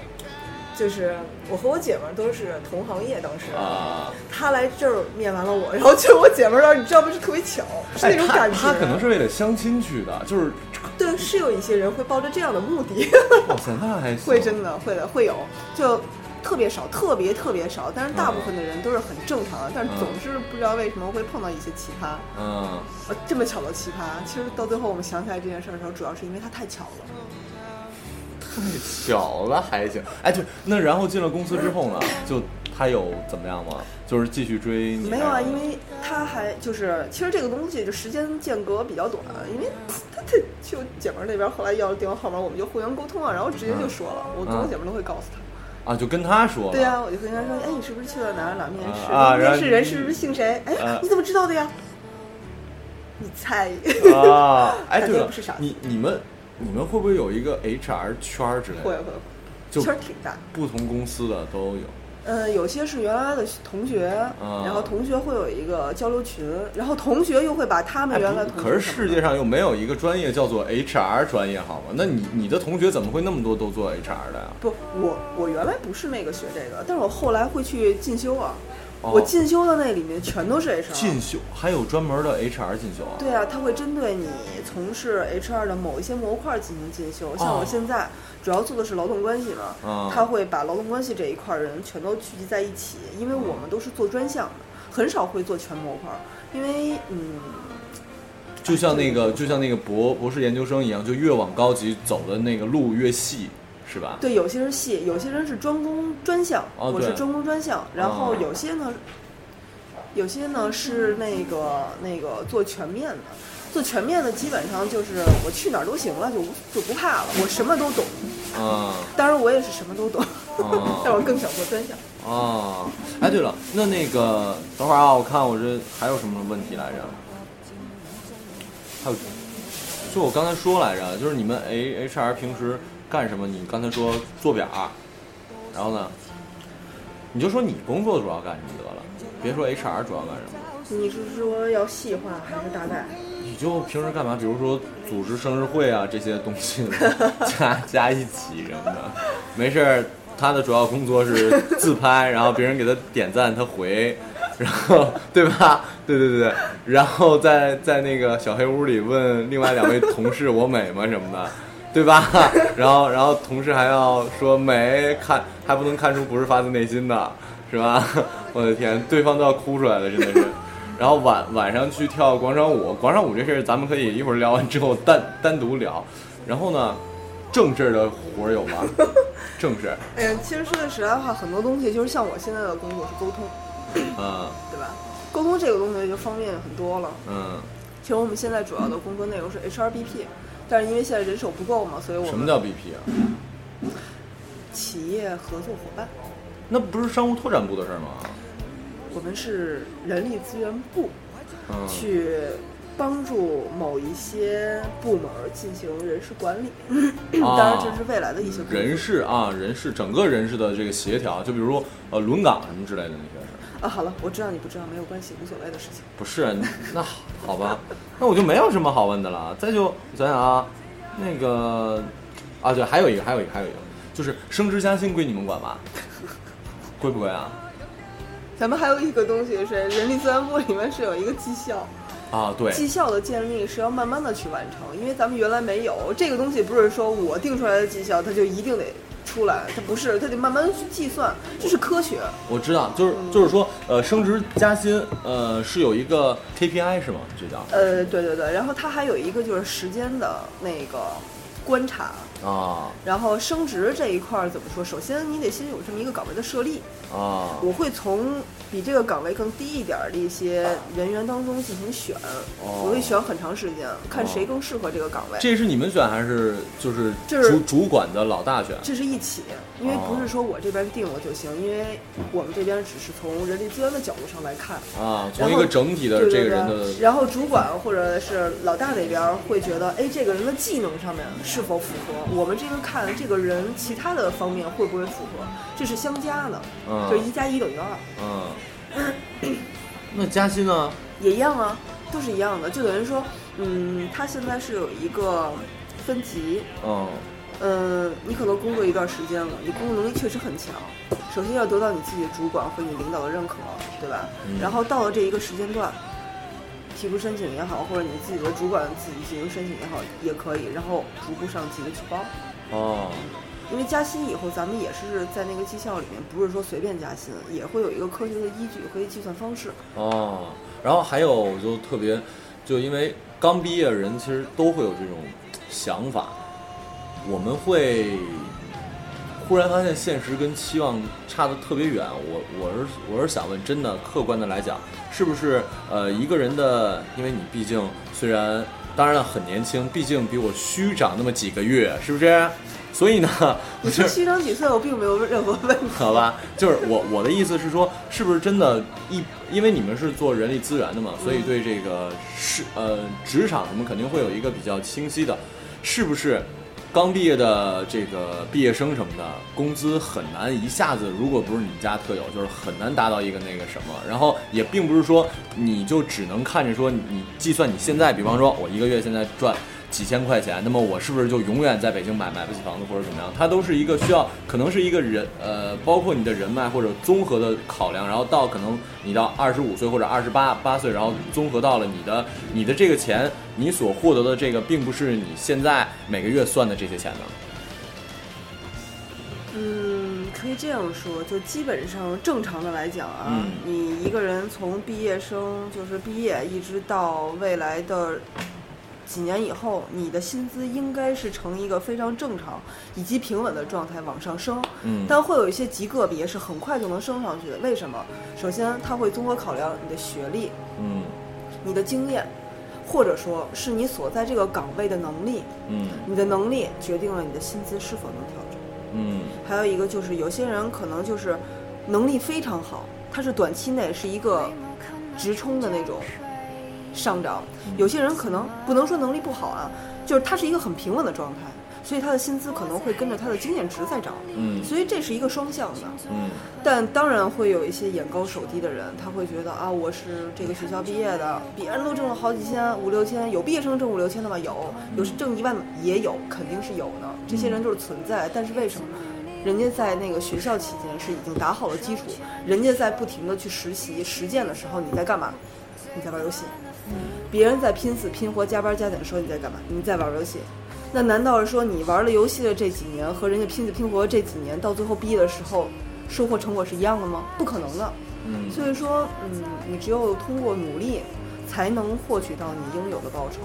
E: 就是我和我姐们儿都是同行业，当时。
G: 啊！
E: 他来这儿面完了我，然后去我姐们儿那儿，你知道吗？是特别巧，是那种
G: 哎他
E: 感觉。
G: 他可能是为了相亲去的，就是
E: 对，是有一些人会抱着这样的目的，
G: 哇塞，那还行
E: 会真的会的会有，就特别少，特别特别少。但是大部分的人都是很正常的，但是总是不知道为什么会碰到一些奇葩。
G: 嗯
E: 呃，这么巧的奇葩，其实到最后我们想起来这件事儿的时候，主要是因为它太巧了。
G: 巧了还行。哎，对，那然后进了公司之后呢，就他有怎么样吗？就是继续追你？
E: 没有啊，因为他还就是，其实这个东西就时间间隔比较短，因为他他去我姐们儿那边，后来要了电话号码，我们就互相沟通啊，然后直接就说
G: 嗯
E: 了，我跟我姐们儿都会告诉他。
G: 啊，就跟他说了。
E: 对呀、我就跟他说，哎，你是不是去了哪儿哪儿面试？
G: 啊
E: 那个
G: 然后
E: 面试人是不是姓谁？哎，
G: 啊
E: 你怎么知道的呀？你猜？
G: 啊，哎，对
E: 大家
G: 了
E: 不是傻，子
G: 你你们你们会不会有一个 HR 圈儿之类的？
E: 会会
G: 就
E: 会，圈儿挺大。
G: 不同公司的都有。
E: 呃，有些是原来的同学，
G: 嗯
E: 然后同学会有一个交流群，然后同学又会把他们
G: 哎
E: 原
G: 不
E: 来同学、
G: 可是世界上又没有一个专业叫做 HR 专业，好吗？那你你的同学怎么会那么多都做 HR 的呀、
E: 不，我我原来不是那个学这个，但是我后来会去进修啊。
G: 哦
E: 我进修的那里面全都是 HR。
G: 进修还有专门的 HR 进修啊？
E: 对啊，他会针对你从事 HR 的某一些模块进行进修。像我现在主要做的是劳动关系嘛，
G: 哦
E: 他会把劳动关系这一块儿人全都聚集在一起，因为我们都是做专项的，很少会做全模块儿，因为嗯，
G: 就像那个就像那个博博士研究生一样，就越往高级走的那个路越细，是吧？
E: 对，有些人细，有些人是专攻专项，
G: 哦
E: 我是
G: 对
E: 专攻专项，然后
G: 哦
E: 有些呢，有些呢是那个那个做全面的，做全面的基本上就是我去哪儿都行了，就无就不怕了，我什么都懂，
G: 嗯
E: 当然我也是什么都懂，
G: 哦
E: 但我更想做专项。
G: 哦，哎，对了，那那个等会儿啊，我看我这还有什么问题来着？还有，就我刚才说来着，就是你们 A H R 平时干什么？你刚才说做表儿，然后呢，你就说你工作主要干什么得了，别说 H R 主要干什么。
E: 你是说要细化还是大概？
G: 你就平时干嘛？比如说组织生日会啊这些东西加加一起什么的，没事儿。他的主要工作是自拍，然后别人给他点赞，他回，然后对吧？对对对对，然后在在那个小黑屋里问另外两位同事我美吗什么的，对吧？然后然后同事还要说美，看还不能看出不是发自内心的，是吧？ 我的天，对方都要哭出来了，真的 是。然后晚晚上去跳广场舞，广场舞这事儿咱们可以一会儿聊完之后单单独聊。然后呢，正事儿的活儿有 吗？正事儿，
E: 哎呀，其实说句实在话，很多东西就是像我现在的工作是沟通，
G: 嗯
E: 对吧？沟通这个东西就方面很多了。
G: 嗯，
E: 其实我们现在主要的工作内容是 HRBP，但是因为现在人手不够嘛，所以我
G: 什么
E: 们
G: 叫 BP 啊？
E: 企业合作伙伴，
G: 那不是商务拓展部的事儿吗？
E: 我们是人力资源部
G: 嗯，
E: 去帮助某一些部门进行人事管理，
G: 啊
E: 当然这是未来的一些工作
G: 人事啊，人事整个人事的这个协调，就比如说呃轮岗什么之类的那些事儿。
E: 啊。好了，我知道你不知道，没有关系，无所谓的事情。
G: 不是，那好吧，那我就没有什么好问的了。再就想想啊，那个啊，对，还有一个，还有一个，还有一个，就是升职加薪归你们管吧？ 归不归啊？
E: 咱们还有一个东西是人力资源部里面是有一个绩效，
G: 啊，对，
E: 绩效的建立是要慢慢的去完成，因为咱们原来没有这个东西，不是说我定出来的绩效它就一定得出来，它不是，它得慢慢去计算，这是科学。
G: 我知道，就是就是说，呃，升职加薪，呃，是有一个 KPI 是吗？这叫
E: 呃，对对对，然后它还有一个就是时间的那个观察，
G: 啊
E: 然后升职这一块儿怎么说？首先你得先有这么一个岗位的设立，
G: 啊
E: 我会从比这个岗位更低一点儿的一些人员当中进行选，
G: 哦
E: 我会选很长时间，看谁更适合这个岗位。
G: 这是你们选还是就是
E: 就是
G: 主主管的老大选？
E: 这是一起，因
G: 哦
E: 为不是说我这边定了就行，因为我们这边只是从人力资源的角度上来看。
G: 啊，
E: 然
G: 从
E: 后
G: 一个整体的
E: 对对
G: 这个
E: 对
G: 人的
E: 然后主管或者是老大那边会觉得，哎，这个人的技能上面是否符合？我们这个看这个人其他的方面会不会符合，这是相加的，
G: 嗯
E: 就一加一等于二，
G: 嗯， 那加薪呢？
E: 也一样啊，都是一样的，就等于说，嗯，他现在是有一个分级，
G: 嗯。
E: 嗯，你可能工作一段时间了，你工作能力确实很强。首先要得到你自己的主管和你领导的认可，对吧？然后到了这一个时间段，提出申请也好，或者你自己的主管自己进行申请也好，也可以。然后逐步上级的去包，
G: 哦，
E: 因为加薪以后，咱们也是在那个绩效里面，不是说随便加薪，也会有一个科学的依据和计算方式。
G: 哦，然后还有我就特别，就因为刚毕业的人其实都会有这种想法，我们会忽然发现现实跟期望差的特别远。我我是我是想问，真的客观的来讲，是不是呃一个人的，因为你毕竟虽然当然了很年轻，毕竟比我虚长那么几个月，是不是？所以呢，
E: 你
G: 就
E: 说
G: 是。
E: 虚长几岁，我并没有任何问题。
G: 好吧，就是我我的意思是说，是不是真的一，因为你们是做人力资源的嘛，所以对这个是呃职场什么肯定会有一个比较清晰的，是不是？刚毕业的这个毕业生什么的，工资很难一下子，如果不是你们家特有，就是很难达到一个那个什么。然后也并不是说你就只能看着说你计算你现在，比方说我一个月现在赚几千块钱，那么我是不是就永远在北京买买不起房子或者怎么样？它都是一个需要，可能是一个人呃，包括你的人脉或者综合的考量，然后到可能你到二十五岁或者二十八八岁，然后综合到了你的你的这个钱，你所获得的这个并不是你现在每个月算的这些钱的。
E: 嗯，可以这样说，就基本上正常的来讲啊，
G: 嗯
E: 你一个人从毕业生就是毕业一直到未来的几年以后，你的薪资应该是呈一个非常正常以及平稳的状态往上升。
G: 嗯
E: 但会有一些极个别是很快就能升上去的。为什么？首先，它会综合考量你的学历、
G: 嗯
E: 你的经验，或者说是你所在这个岗位的能力。
G: 嗯
E: 你的能力决定了你的薪资是否能调整。
G: 嗯
E: 还有一个就是有些人可能就是能力非常好，他是短期内是一个直冲的那种上涨；有些人可能不能说能力不好啊，就是他是一个很平稳的状态，所以他的薪资可能会跟着他的经验值在涨。
G: 嗯
E: 所以这是一个双向的，
G: 嗯
E: 但当然会有一些眼高手低的人，他会觉得啊，我是这个学校毕业的，别人都挣了好几千、五六千，有毕业生挣五六千的吗？有，有是挣一万的也有，肯定是有的。这些人就是存在，但是为什么？人家在那个学校期间是已经打好了基础，人家在不停的去实习、实践的时候，你在干嘛？你在玩游戏。别人在拼死拼活、加班加点的时候，你在干嘛？你在玩游戏。那难道是说你玩了游戏的这几年和人家拼死拼活这几年，到最后毕业的时候，收获成果是一样的吗？不可能的。
G: 嗯
E: 所以说，嗯，你只有通过努力，才能获取到你应有的报酬。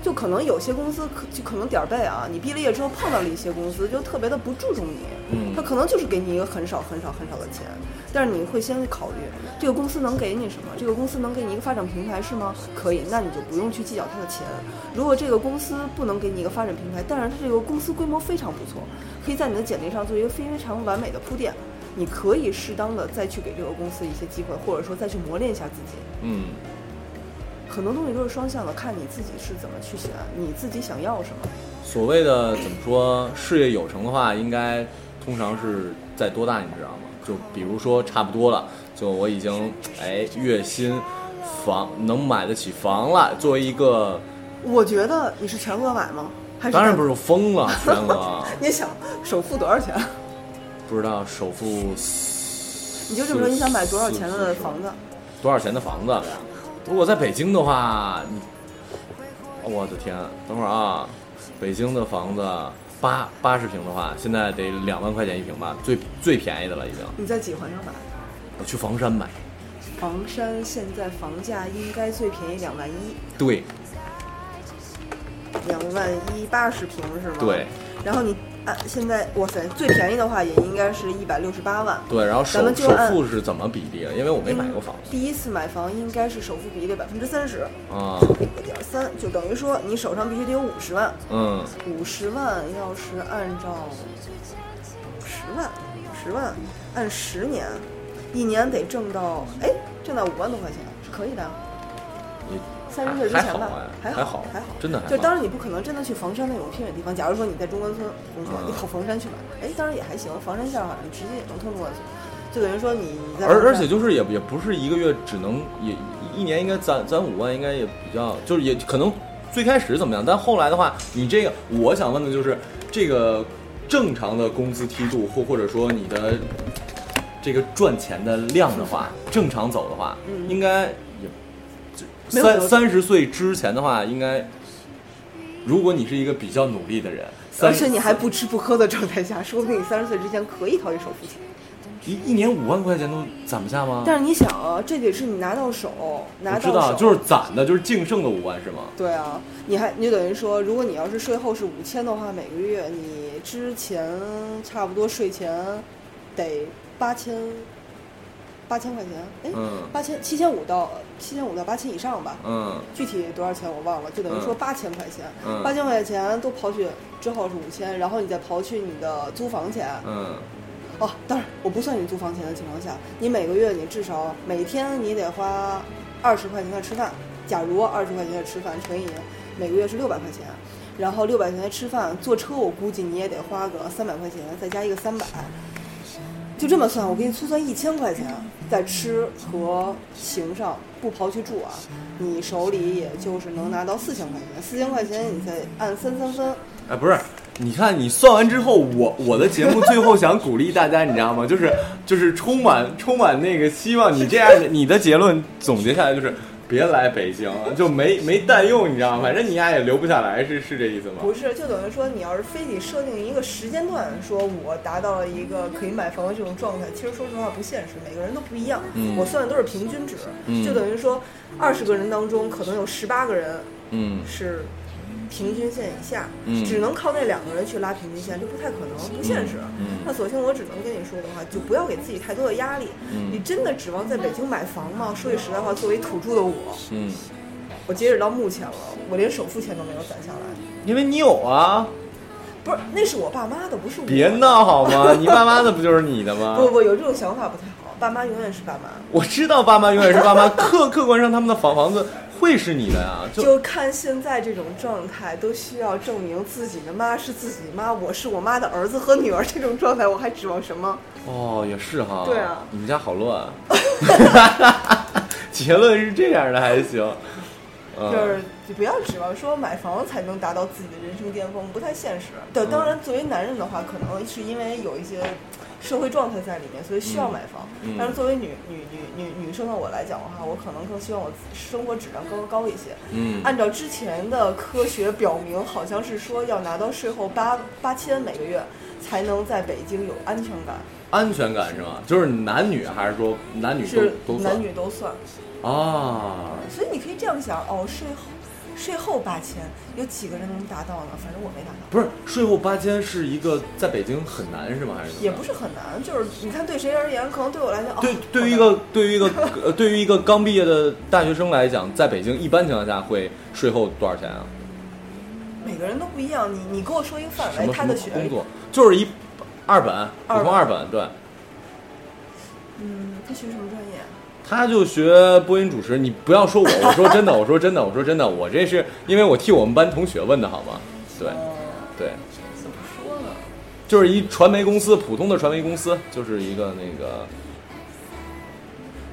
E: 就可能有些公司可就可能点儿背啊，你毕了业之后碰到了一些公司，就特别的不注重你
G: 嗯，
E: 他可能就是给你一个很少很少很少的钱，但是你会先考虑这个公司能给你什么，这个公司能给你一个发展平台是吗？可以，那你就不用去计较它的钱。如果这个公司不能给你一个发展平台，但是它这个公司规模非常不错，可以在你的简历上做一个非常完美的铺垫，你可以适当的再去给这个公司一些机会，或者说再去磨练一下自己。
G: 嗯
E: 很多东西都是双向的，看你自己是怎么去选，你自己想要什么。
G: 所谓的怎么说事业有成的话，应该通常是在多大，你知道吗？就比如说差不多了，就我已经哎月薪房能买得起房了。作为一个，
E: 我觉得你是全额买吗？还是
G: 当然不是疯了， 全额
E: 你想首付多少钱？啊
G: 不知道首付四，
E: 你就这么说，你想买多少钱的房子？
G: 多少钱的房子？啊如果在北京的话，你，我的天，等会儿啊，北京的房子八八十平的话，现在得两万块钱一平吧，最最便宜的了已经。
E: 你在几环上买？
G: 我去房山买。
E: 房山现在房价应该最便宜两万一，
G: 对，
E: 两万一八十平是吗？
G: 对。
E: 然后你按、现在，哇塞，最便宜的话也应该是一百六十八万。
G: 对，然后
E: 咱
G: 首
E: 们就
G: 首
E: 按
G: 付是怎么比例啊？因为我没买过房
E: 嗯
G: 子
E: 第一次买房应该是首付比例百分之三十，
G: 啊，
E: 一点三，就等于说你手上必须得有五十万。
G: 嗯
E: 五十万要是按照十万，十万按十年，一年得挣到哎，挣到五万多块钱是可以的。
G: 也
E: 三十岁之
G: 还
E: 前
G: 好
E: 吧
G: 啊，
E: 还
G: 还
E: 好
G: 好，
E: 还好，
G: 真的还
E: 就
G: 好
E: 当然你不可能真的去房山那种偏远地方。假如说你在中关村工作，
G: 嗯
E: 你跑房山去买，哎，当然也还行，房山线好像直接也能通中关村，就等于说你在房
G: 而而
E: 山
G: 且就是也也不是一个月只能也一年应该攒攒五万，应该也比较就是也可能最开始怎么样，但后来的话，你这个我想问的就是这个正常的工资梯度或或者说你的这个赚钱的量的话，正常走的话，应该也
E: 嗯没有
G: 三
E: 多少
G: 三十岁之前的话，应该如果你是一个比较努力的人，
E: 而
G: 三嗯
E: 且你还不吃不喝的状态下，说不定你三十岁之前可以考虑首付钱。
G: 一一年五万块钱都攒不下吗？
E: 但是你想啊，这得是你拿到手，拿到
G: 我知
E: 手
G: 道，就是攒的，就是净剩的五万是吗？
E: 对啊，你还你等于说，如果你要是税后是五千的话，每个月你之前差不多税前得八千八千块钱，哎，
G: 嗯
E: 八千七千五到七千五到八千以上吧，
G: 嗯
E: 具体多少钱我忘了，就等于说
G: 嗯
E: 八千块钱，
G: 嗯
E: 八千块钱都刨去之后是五千，然后你再刨去你的租房钱，
G: 嗯
E: 哦，当然我不算你租房钱的情况下，你每个月你至少每天你得花二十块钱的吃饭。假如二十块钱的吃饭乘以每个月是六百块钱，然后六百块钱吃饭坐车，我估计你也得花个三百块钱，再加一个三百，就这么算，我给你粗算一千块钱，在吃和行上不刨去住啊，你手里也就是能拿到四千块钱，四千块钱你再按三三分，
G: 哎，不是，你看你算完之后，我我的节目最后想鼓励大家，你知道吗？就是就是充满充满那个希望。你这样，你的结论总结下来就是别来北京，就没没蛋用，你知道吗？反正你丫也留不下来，是是这意思吗？
E: 不是，就等于说你要是非得设定一个时间段，说我达到了一个可以买房的这种状态，其实说实话不现实，每个人都不一样。
G: 嗯
E: 我算的都是平均值，
G: 嗯
E: 就等于说二十个人当中可能有十八个人
G: 嗯
E: 是平均线以下，
G: 嗯
E: 只能靠那两个人去拉平均线，这不太可能，不现实。
G: 嗯
E: 那索性我只能跟你说的话，就不要给自己太多的压力。
G: 嗯
E: 你真的指望在北京买房吗？说句实在话，作为土著的我，
G: 嗯，
E: 我截止到目前了，我连首付钱都没有攒下来。
G: 因为你有啊，
E: 不是，那是我爸妈的，不是我。
G: 别！闹好吗？你爸妈的不就是你的吗？
E: 不不，有这种想法不太好。爸妈永远是爸妈，
G: 我知道爸妈永远是爸妈，客客观上他们的房房子会是你的啊，就
E: 就看现在这种状态，都需要证明自己的妈是自己妈，我是我妈的儿子和女儿这种状态，我还指望什么？
G: 哦，也是哈。
E: 对啊
G: 你们家好乱。啊 结论是这样的，还行。嗯、
E: 就是你不要指望说买房才能达到自己的人生巅峰，不太现实。对，当
G: 嗯
E: 然作为男人的话，可能是因为有一些社会状态在里面，所以需要买房。
G: 嗯嗯
E: 但是作为女女女女女生的我来讲的话，我可能更希望我自生活质量更高一些。
G: 嗯
E: 按照之前的科学表明，好像是说要拿到税后八八千每个月，才能在北京有安全感，
G: 安全感是吗？就是男女还是说男女
E: 是
G: 都都算
E: 男女都算。
G: 啊？
E: 所以你可以这样想，哦，税后税后八千，有几个人能达到呢？反正我没达到。
G: 不是税后八千是一个在北京很难是吗？还是怎么样
E: 也不是很难，就是你看对谁而言，可能对我来讲，哦
G: 对，对于一
E: 好的
G: 个对于一个呃对于一个刚毕业的大学生来讲，在北京一般情况下会税后多少钱啊？
E: 每个人都不一样，你你给我说一个范
G: 什
E: 围，
G: 么
E: 他
G: 什
E: 的
G: 么
E: 学
G: 工
E: 历，
G: 作？就是一二本，普通
E: 二
G: 二本，对。
E: 嗯，他学什么专业啊？
G: 他就学播音主持，你不要说我，我说真的，我说真的，我说真的，我这是因为我替我们班同学问的好吗？对
E: 呃
G: 对，
E: 怎么说呢？
G: 就是一传媒公司，普通的传媒公司，就是一个那个，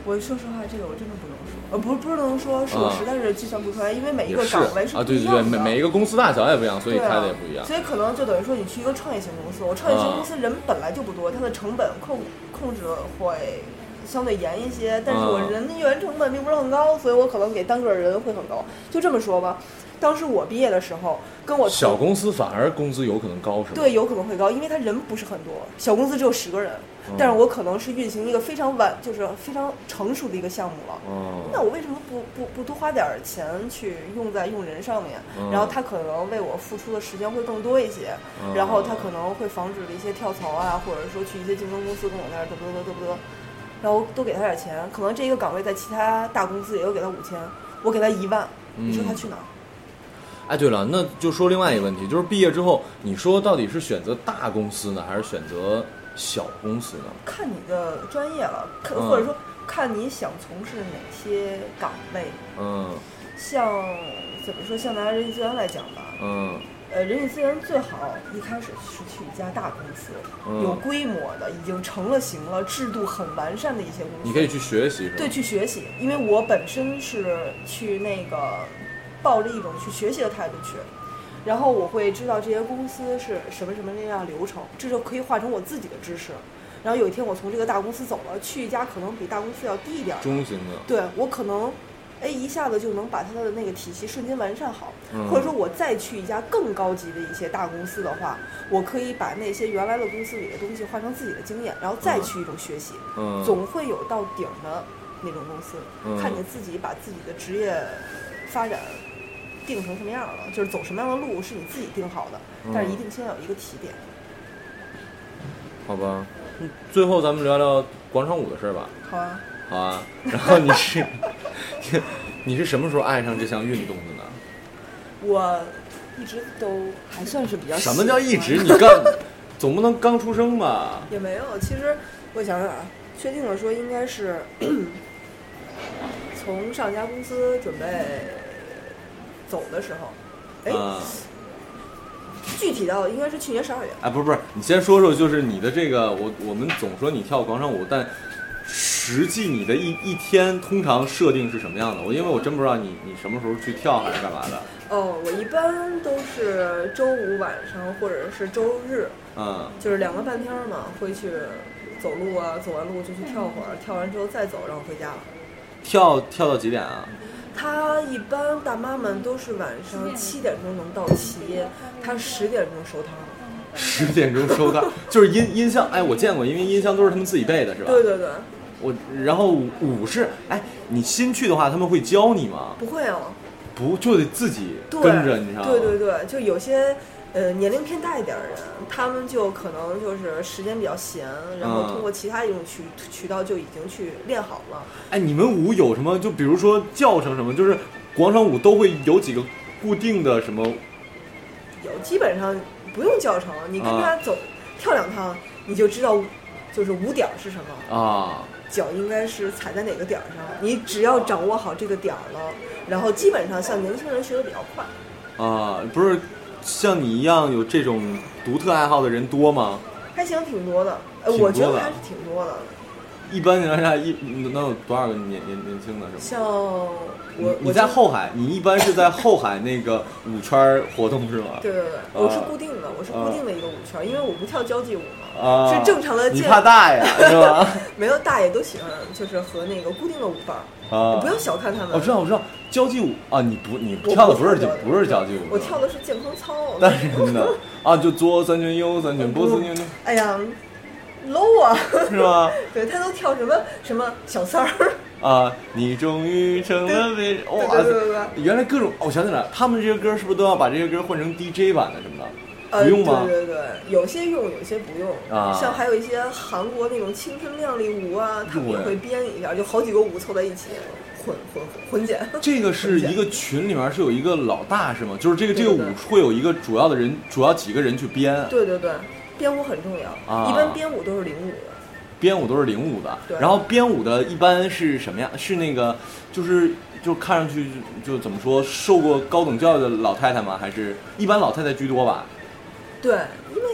E: 我说实话，这个我真的不能说，呃，不是不是能说，是我
G: 啊
E: 实在是计算不出来，因为每一
G: 也
E: 个
G: 是
E: 岗位
G: 啊，
E: 不
G: 对
E: 一
G: 对
E: 样
G: 对，
E: 的。
G: 每每一个公司大小也不一样，所以
E: 对
G: 开
E: 啊
G: 的也不一样。啊
E: 所以可能就等于说，你去一个创业型公司，我创业型公司人本来就不多，它的成本控控制呃会相对严一些，但是我
G: 啊
E: 人员成本并不是很高，所以我可能给单个人会很高。就这么说吧，当时我毕业的时候，跟我同
G: 小公司反而工资有可能高，是吗？
E: 对，有可能会高，因为他人不是很多，小公司只有十个人，
G: 嗯
E: 但是我可能是运行一个非常完，就是非常成熟的一个项目了。那
G: 哦，
E: 我为什么不不不多花点儿钱去用在用人上面？
G: 嗯
E: 然后他可能为我付出的时间会更多一些，
G: 嗯
E: 然后他可能会防止了一些跳槽啊，或者说去一些竞争公司跟我那儿嘚啵嘚嘚嘚嘚嘚，然后多给他点儿钱，可能这一个岗位在其他大公司也有给他五千，我给他一万，你说他
G: 嗯
E: 去哪儿？
G: 哎，对了，那就说另外一个问题，就是毕业之后，你说到底是选择大公司呢，还是选择小公司呢？
E: 看你的专业了，看
G: 嗯
E: 或者说看你想从事哪些岗位。
G: 嗯
E: 像怎么说，像拿人力资源来讲吧，
G: 嗯
E: 呃，人力资源最好一开始是去一家大公司，
G: 嗯
E: 有规模的，已经成了型了，制度很完善的一些公司，
G: 你可以去学习是吧？
E: 对，去学习，因为我本身是去那个抱着一种去学习的态度去，然后我会知道这些公司是什么什么那样的流程，这就可以化成我自己的知识。然后有一天我从这个大公司走了，去一家可能比大公司要低一点儿的，
G: 中型的。
E: 对我可能哎，一下子就能把它的那个体系瞬间完善好，
G: 嗯
E: 或者说我再去一家更高级的一些大公司的话，我可以把那些原来的公司里的东西换成自己的经验，然后再去一种学习，
G: 嗯
E: 总会有到顶儿的那种公司。
G: 嗯
E: 看你自己把自己的职业发展定成什么样了，就是走什么样的路是你自己定好的，
G: 嗯
E: 但是一定先要有一个起点。
G: 好吧。嗯最后咱们聊聊广场舞的事儿吧，
E: 好啊，
G: 好 啊。然后你是你是什么时候爱上这项运动的呢？
E: 我一直都还算是比较
G: 什么叫一直？
E: 喜欢
G: 你 刚总不能刚出生吧？
E: 也没有，其实我想想啊，确定了说应该是 从上家公司准备走的时候，哎，
G: 啊
E: 具体到应该是去年十二月。
G: 哎，不是不是，你先说说，就是你的这个，我我们总说你跳广场舞，但实际你的一一天通常设定是什么样的？我因为我真不知道你你什么时候去跳还是干嘛的。
E: 哦，我一般都是周五晚上或者是周日，
G: 嗯
E: 就是两个半天儿嘛，会去走路啊，走完路就去跳会儿，跳完之后再走，然后回家了。，
G: 跳跳到几点啊？
E: 他一般大妈们都是晚上七点钟能到齐，他十点钟收摊儿。
G: 十点钟收摊，就是音音箱。哎，我见过，因为音箱都是他们自己备的，是吧？
E: 对对对，
G: 我然后舞舞是，哎，你新去的话，他们会教你吗？
E: 不会啊，
G: 不，就得自己
E: 对，
G: 跟着，你知道啊吗？
E: 对对对，就有些呃年龄偏大一点儿的人，他们就可能就是时间比较闲，然后
G: 嗯
E: 通过其他一种渠渠道就已经去练好了。
G: 哎，你们舞有什么？就比如说教程什么，就是广场舞都会有几个固定的什么？
E: 有基本上不用教程，你跟他
G: 啊
E: 走、跳两趟，你就知道就是舞点儿是什么，
G: 啊，
E: 脚应该是踩在哪个点儿上。你只要掌握好这个点儿了，然后基本上像年轻人学的比较快。
G: 啊，不是像你一样有这种独特爱好的人多吗？
E: 还行，挺多的，呃，
G: 挺多
E: 我觉得
G: 的
E: 还是挺多的。
G: 一般情况下，一能有多少个年年年轻的是吗？
E: 像我，我
G: 你在
E: 就
G: 后海，你一般是在后海那个舞圈儿活动是吗？
E: 对对对，我是固定的，我是固定的一个舞圈，因为我不跳交际舞嘛，
G: 啊，
E: 是正常的
G: 你
E: 健
G: 怕 大呀，是吧？
E: 没有大爷都喜欢，就是和那个固定的舞伴儿。
G: 啊，
E: 你不要小看他们，
G: 我知道，我知道，交际舞啊，你不，你
E: 我
G: 跳的
E: 不
G: 不
E: 跳
G: 是交
E: 交际舞
G: 不是交际舞，
E: 我
G: 是吧
E: 跳的是健康操。
G: 但是真的啊，就左三圈右三圈，波三圈，
E: 哎呀，low 啊！
G: 是吗？
E: 对他都跳什么什么小三儿，
G: 啊，你终于成了别人，哇
E: 对对对
G: 塞！原来各种，哦我想起来了，他们这些歌是不是都要把这些歌换成 DJ 版的什么的？
E: 呃，
G: 不用吗？
E: 对对对，有些用，有些不用。
G: 啊
E: 像还有一些韩国那种青春靓丽舞啊，他们也
G: 对
E: 会编一下，就好几个舞凑在一起，混混混混剪。
G: 这个是一个群里面是有一个老大是吗？就是这个这
E: 对
G: 个
E: 对
G: 舞
E: 对
G: 会有一个主要的人，主要几个人去编，
E: 对对对，编舞很重要，
G: 啊
E: 一般编舞都是领舞的。
G: 编舞都是领舞的。
E: 对
G: 然后编舞的一般是什么呀？是那个就是就看上去就怎么说受过高等教育的老太太吗？还是一般老太太居多吧？
E: 对，因为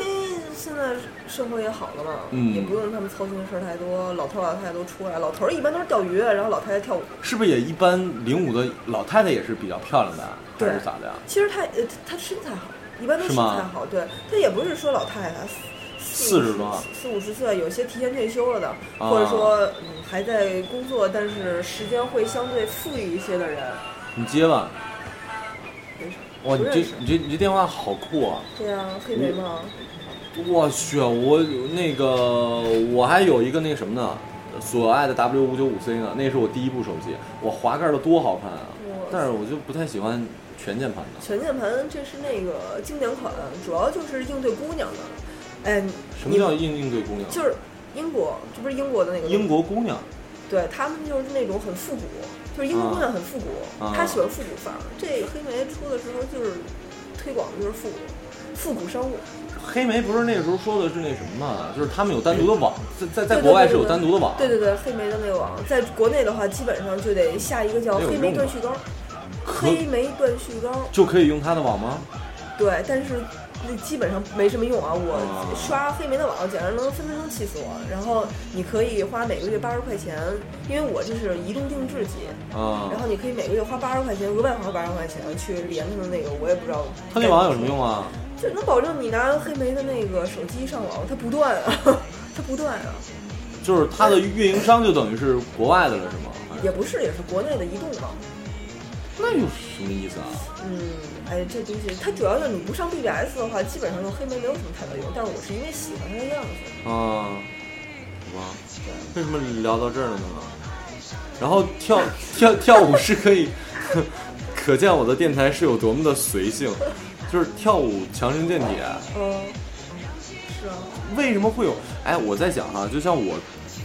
E: 现在生活也好了嘛，
G: 嗯
E: 也不用他们操心的事儿太多，老头儿老太太都出来，老头儿一般都是钓鱼，然后老太太跳舞。
G: 是不是也一般领舞的老太太也是比较漂亮的啊，还
E: 对
G: 是咋的呀？
E: 其实她呃她她身材好，一般都
G: 是
E: 身
G: 吗
E: 材好，对她也不是说老太太。四
G: 40多啊
E: 四五十岁，有些提前退休了的，或者说嗯还在工作，但是时间会相对富裕一些的人，
G: 你接吧。
E: 没事
G: 哇，
E: 不
G: 你
E: 认
G: 这
E: 识
G: 你这你这电话好酷啊！
E: 对呀、黑莓吗？
G: 我去，我那个我还有一个那个什么呢，所爱的 W 五九五 C 呢，那是我第一部手机，我滑盖儿的多好看啊
E: 哇！
G: 但是我就不太喜欢全键盘的。
E: 全键盘这是那个经典款，主要就是应对姑娘的。哎，你
G: 什么叫应应对姑娘？
E: 就是英国，这不是英国的那个
G: 英，国姑娘
E: 对他们就是那种很复古，就是英国姑娘很复古，
G: 啊
E: 她喜欢复古范儿。这黑莓出的时候就是推广的就是复古，复古商务。
G: 黑莓不是那个时候说的是那什么嘛，就是他们有单独的网，在在在
E: 对对
G: 国外
E: 对
G: 是有
E: 对
G: 单独的网，
E: 对对对，黑莓的那个网，在国内的话基本上就得下一个叫
G: 没有
E: 黑莓
G: 用
E: 断
G: 吧
E: 续膏，
G: 可
E: 黑莓断续膏。
G: 就可以用他的网吗？
E: 对，但是那基本上没什么用啊！
G: 啊
E: 我刷黑莓的网，简直能分分钟气死我。然后你可以花每个月八十块钱，因为我这是移动定制机，
G: 啊，
E: 然后你可以每个月花八十块钱，额外花八十块钱去连他的那个，我也不知道。
G: 他那网有什么？用啊？
E: 就能保证你拿黑莓的那个手机上网，它不断啊，它不断啊。
G: 就是它的运营商就等于是国外的了，是吗？还
E: 也不是，也是国内的移动嘛。
G: 那有什么意思啊？
E: 嗯，哎，这东西它主要就是你不上 BBS 的话，基本上用黑莓没有什么太大用。但是我是因为喜欢它的样子，
G: 啊，好吧，为什么聊到这儿了呢？然后跳 跳跳舞是可以， 可见我的电台是有多么的随性，就是跳舞强身健体。啊哦
E: 嗯，是啊，
G: 为什么会有？哎，我在想哈、就像我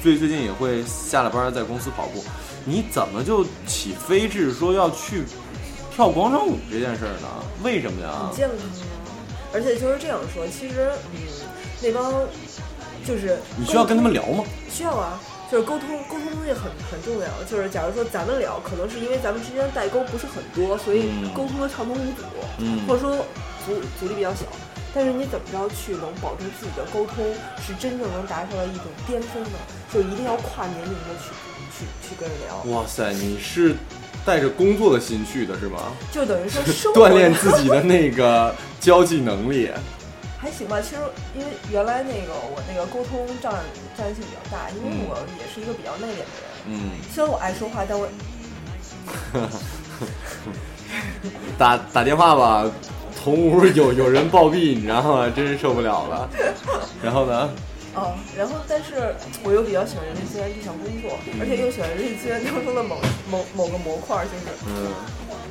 G: 最最近也会下了班儿在公司跑步，你怎么就起飞至说要去跳广场舞这件事儿呢？为什么呀
E: 很？健康啊。而且就是这样说，其实嗯，那帮就是
G: 你需要跟他们
E: 沟
G: 聊吗？
E: 通需要啊。就是沟通，沟通东西很很重要。就是假如说咱们聊，可能是因为咱们之间代沟不是很多，所以
G: 嗯
E: 沟通的畅通无阻。
G: 嗯
E: 或者说阻阻力比较小。但是你怎么着去能保证自己的沟通是真正能达到一种巅峰的，就一定要跨年龄的去去去跟人聊，
G: 哇塞，你是带着工作的心去的是吗？
E: 就等于说生活
G: 锻炼自己的那个交际能力。
E: 还行吧。其实因为原来那个我那个沟通障碍障碍性比较大，因为
G: 嗯
E: 我也是一个比较内敛的人。
G: 嗯，
E: 虽然我爱说话，但我
G: 打打电话吧，同屋有有人暴毙，你知道吗？真是受不了了。然后呢？
E: 啊，然后但是我又比较喜欢这些这项工作，而且又喜欢这些当中的某某某个模块，就是
G: 嗯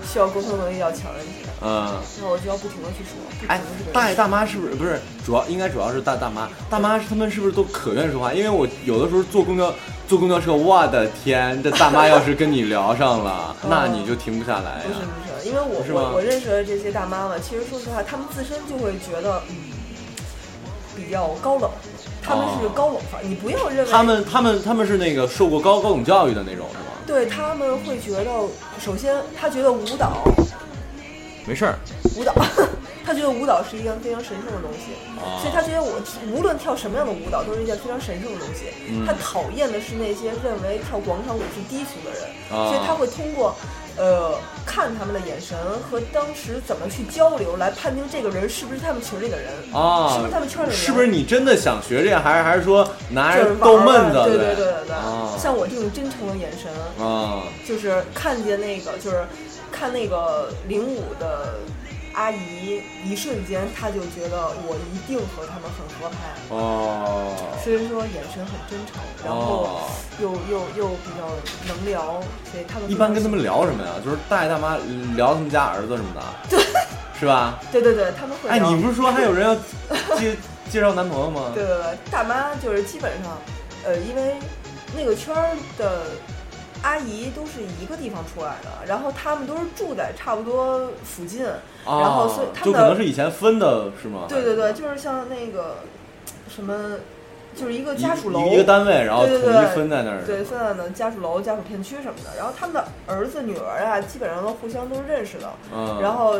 E: 需要沟通能力要强一些。
G: 嗯。
E: 那我就要不停的去说，不停
G: 哎
E: 的去，
G: 大爷大妈是不是不是主要应该主要是大大妈，大妈是他们是不是都可愿说话？因为我有的时候坐公交坐公交车，我的天，这大妈要是跟你聊上了， 那你就停不下来呀
E: 不。是不是，因为我
G: 是吗
E: 我我认识的这些大妈们，其实说实话，她们自身就会觉得嗯比较高冷，她们是
G: 哦
E: 高冷范儿。你不要认为
G: 他们他们他们是那个受过高高等教育的那种是吗？
E: 对她们会觉得，首先她觉得舞蹈
G: 没事儿，
E: 舞蹈， 她觉得舞蹈是一件非常神圣的东西，
G: 哦
E: 所以她觉得我无论跳什么样的舞蹈都是一件非常神圣的东西。
G: 嗯
E: 她讨厌的是那些认为跳广场舞是低俗的人，
G: 哦
E: 所以她会通过。呃，看他们的眼神和当时怎么去交流，来判定这个人是不是他们群里的人
G: 啊，
E: 是不是他们圈里人？
G: 是不是你真的想学这样，还是还是说拿
E: 就是
G: 着
E: 玩
G: 逗
E: 儿啊
G: 闷子？
E: 对对对对对，
G: 啊
E: 像我这种真诚的眼神，
G: 啊，
E: 就是看见那个，就是看那个领舞的阿姨，一瞬间她就觉得我一定和他们很合拍，
G: 哦，
E: 所以说眼神很真诚，然后
G: 哦
E: 又又又比较能聊，所以他们
G: 一般跟他们聊什么呀？就是大爷大妈聊他们家儿子什么的，对，是吧？
E: 对对对，他们会
G: 哎，
E: 聊
G: 你不是说还有 人要介介绍男朋友吗？
E: 对对对，大妈就是基本上，呃，因为那个圈儿的阿姨都是一个地方出来的，然后她们都是住在差不多附近，
G: 啊，
E: 然后所以他
G: 就
E: 们
G: 可能是以前分的，是吗？
E: 对对对，就是像那个什么，就是一个
G: 一，
E: 家属楼，
G: 一一个单位，然后统
E: 对对
G: 一
E: 对
G: 分在那儿。
E: 对，分在呢家属楼、家属片区什么的。然后他们的儿子、女儿啊，基本上都互相都是认识的。
G: 嗯，
E: 然后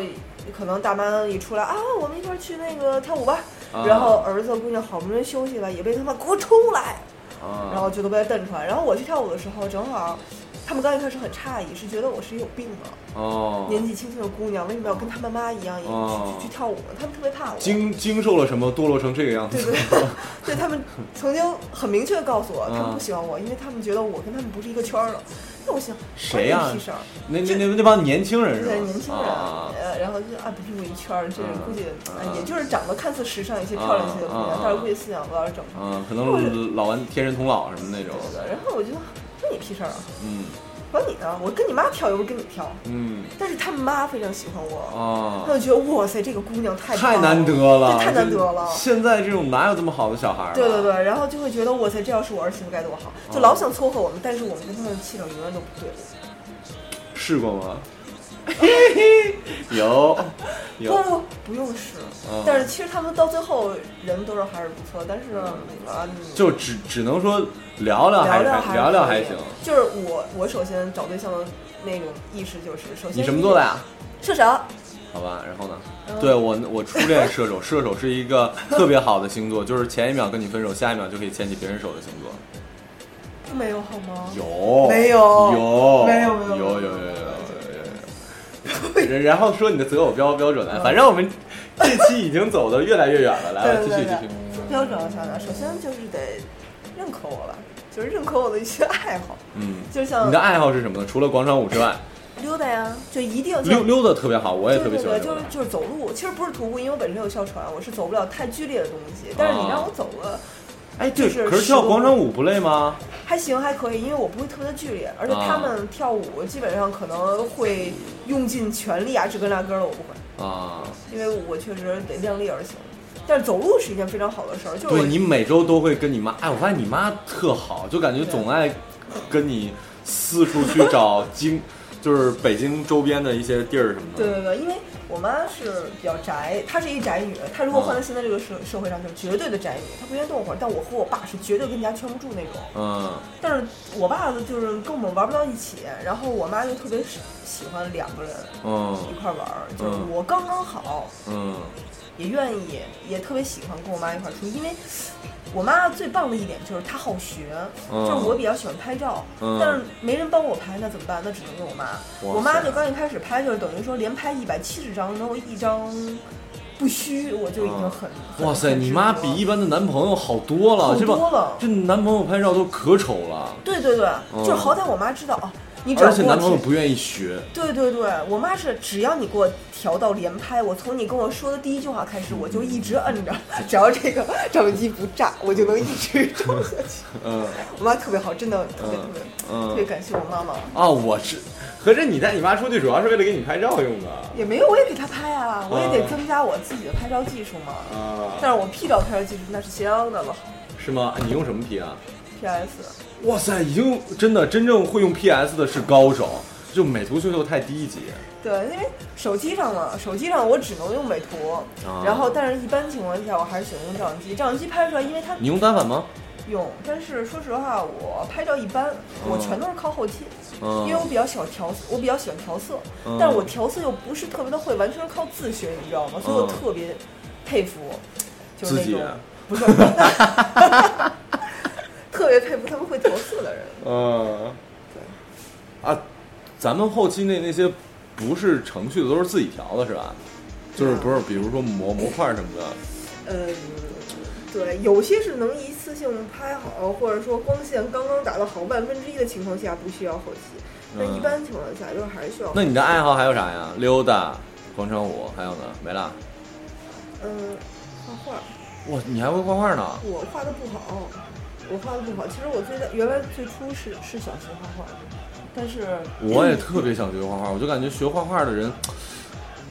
E: 可能大妈一出来啊，我们一块儿去那个跳舞吧。
G: 啊
E: 然后儿子姑娘好不容易休息了，也被他们给我出来，
G: 啊，
E: 然后就都被他瞪出来。然后我去跳舞的时候，正好他们刚一开始很诧异，是觉得我是有病吗？
G: 哦，
E: 年纪轻轻的姑娘为什么要跟她妈妈一样也去、
G: 哦
E: 去去跳舞呢？他们特别怕我。
G: 经经受了什么，堕落成这个样
E: 对
G: 子
E: 对， 对他们曾经很明确的告诉我，
G: 嗯
E: 他们不喜欢我，因为他们觉得我跟他们不是一个圈儿的。那我想
G: 谁呀
E: 关你屁事儿？
G: 那那那那帮年轻人
E: 这
G: 是吧
E: 些？年轻人，
G: 啊
E: 呃，然后就啊，不是我一圈儿，这人估计
G: 啊
E: 哎也就是长得看似时尚一些、漂亮一些的姑
G: 啊啊
E: 娘，但是估计思想不老是正常。
G: 嗯，可能老顽天人童姥什么那种。
E: 然后我就关你屁事儿啊！
G: 嗯
E: 管你呢，我跟你妈跳又不是跟你跳。
G: 嗯
E: 但是他妈非常喜欢我，她
G: 啊，
E: 就觉得哇塞，这个姑娘太
G: 太
E: 棒
G: 难得
E: 对
G: 了，
E: 哦太难得了。
G: 现在这种哪有这么好的小孩儿啊？
E: 对对对，然后就会觉得哇塞，这要是我儿媳妇该多好，就老想撮合我们，但是我们跟他们的气场永远都不对。
G: 试过 吗？ 嘿嘿，有有嗯
E: 不不啊不用试，但是其实他们到最后人都是还是不错，但是啊，你
G: 嗯就只只能说聊聊
E: 聊
G: 还
E: 聊还
G: 还
E: 是
G: 聊聊还
E: 可以
G: 行。
E: 就是我我首先找对象的那种意识就是，首先
G: 你什么座的呀？
E: 射手。
G: 好吧，然后呢？
E: 嗯
G: 对我，我初恋射手，射手是一个特别好的星座，就是前一秒跟你分手，下一秒就可以牵起别人手的星座。
E: 没有好吗？
G: 有
E: 没有
G: 有
E: 没有没
G: 有
E: 有
G: 有有有有有有。然后说你的择偶标标准来，反正我们这期已经走的越来越远了，来吧，
E: 对
G: 继
E: 对对
G: 续继续
E: 对。，标准上的，首先就是得认可我吧，就是认可我的一些爱好，
G: 嗯，
E: 就像
G: 你的爱好是什么呢？除了广场舞之外，
E: 溜达呀，就一定
G: 溜溜达特别好，我也
E: 对
G: 特别
E: 对对，
G: 喜欢
E: 就
G: 溜
E: 是
G: 达。
E: 就是走路，其实不是徒步，因为我本身有哮喘，我是走不了太剧烈的东西。
G: 哦
E: 但是你让我走个
G: 哎，
E: 就
G: 对，
E: 是
G: 可是跳广场舞不累吗？
E: 还行还可以，因为我不会特别的剧烈，而且
G: 啊
E: 他们跳舞基本上可能会用尽全力啊，知根拉根儿的我不会，
G: 啊，
E: 因为我确实得量力而行。但是走路是一件非常好的事儿，就是
G: 对
E: 我
G: 你每周都会跟你妈，哎，我发现你妈特好，就感觉总爱跟你四处去找 京，就是北京周边的一些地儿什么
E: 对
G: 的。
E: 对对，因为我妈是比较宅，她是一宅女，她如果
G: 哦
E: 换到现在这个社社会上，就是绝对的宅女，她不愿意动会儿。但我和我爸是绝对跟家圈不住那种。
G: 嗯，
E: 但是我爸就是跟我们玩不到一起，然后我妈就特别喜喜欢两个人
G: 嗯
E: 一块玩儿，就是
G: 嗯
E: 我刚刚好，
G: 嗯，
E: 也愿意，也特别喜欢跟我妈一块儿出去，因为我妈最棒的一点就是她好学，
G: 嗯
E: 就是我比较喜欢拍照，
G: 嗯
E: 但是没人帮我拍，那怎么办？那只能用我妈。
G: 哇
E: 我妈
G: 塞
E: 就刚一开始拍，就是等于说连拍一百七十张，能有一张不虚，我就已经很、很
G: 哇塞，
E: 很
G: 你
E: 知
G: 妈
E: 足
G: 比
E: 了
G: 一般的男朋友好多了，
E: 好
G: 这
E: 多
G: 帮
E: 了
G: 这男朋友拍照都可丑了，
E: 对对对，
G: 嗯
E: 就是好歹我妈知道哦，你只要
G: 而且
E: 给我
G: 男朋友
E: 提
G: 不愿意学。
E: 对对对，我妈是只要你给我调到连拍，我从你跟我说的第一句话开始，我就一直 摁着，只要这个 照相机不炸，我就能一直照下去。
G: 嗯
E: 我妈特别好，真的特别特
G: 嗯
E: 别、
G: 嗯
E: 特别感谢我妈妈。
G: 啊，我 是，合着你带你妈出去主要是为了给你拍照用的
E: 也没有，我也给她拍啊，我也得
G: 嗯
E: 增加我自己的拍照技术嘛。
G: 啊？
E: 但是我 P 照拍照技术那是相当的好
G: 是吗？你用什么 P 啊？
E: ，PS
G: 哇塞，已经真的真正会用 PS 的是高手，就美图秀秀太低级。
E: 对，因为手机上嘛，手机上我只能用美图，
G: 啊
E: 然后但是一般情况下我还是喜欢用照相机，照相机拍出来，因为它
G: 你用单反吗？
E: 用，但是说实话，我拍照一般，我全都是靠后期，
G: 嗯
E: 因为我比较喜欢调，我比较喜欢调色，
G: 嗯
E: 但是我调色又不是特别的会，完全是靠自学，你知道吗？所以我
G: 嗯
E: 特别佩服，就是
G: 自
E: 那
G: 己啊
E: 种 不是，特别佩服他们会调色的人。
G: 嗯，对。啊，咱们后期那那些不是程序的都是自己调的是吧？就是不是，比如说模模块什么的。
E: 嗯，对，有些是能一次性拍好，或者说光线刚刚达到好万分之一的情况下不需要后期，但
G: 嗯
E: 一般情况下就是还是需要。
G: 那你的爱好还有啥呀？溜达、广场舞，还有呢？没了。
E: 嗯，画画。
G: 哇，你还会画画呢？
E: 我画的不好，我画的不好。其实我最在原来最初是是想学画画，但是嗯
G: 我也特别想学画画，我就感觉学画画的人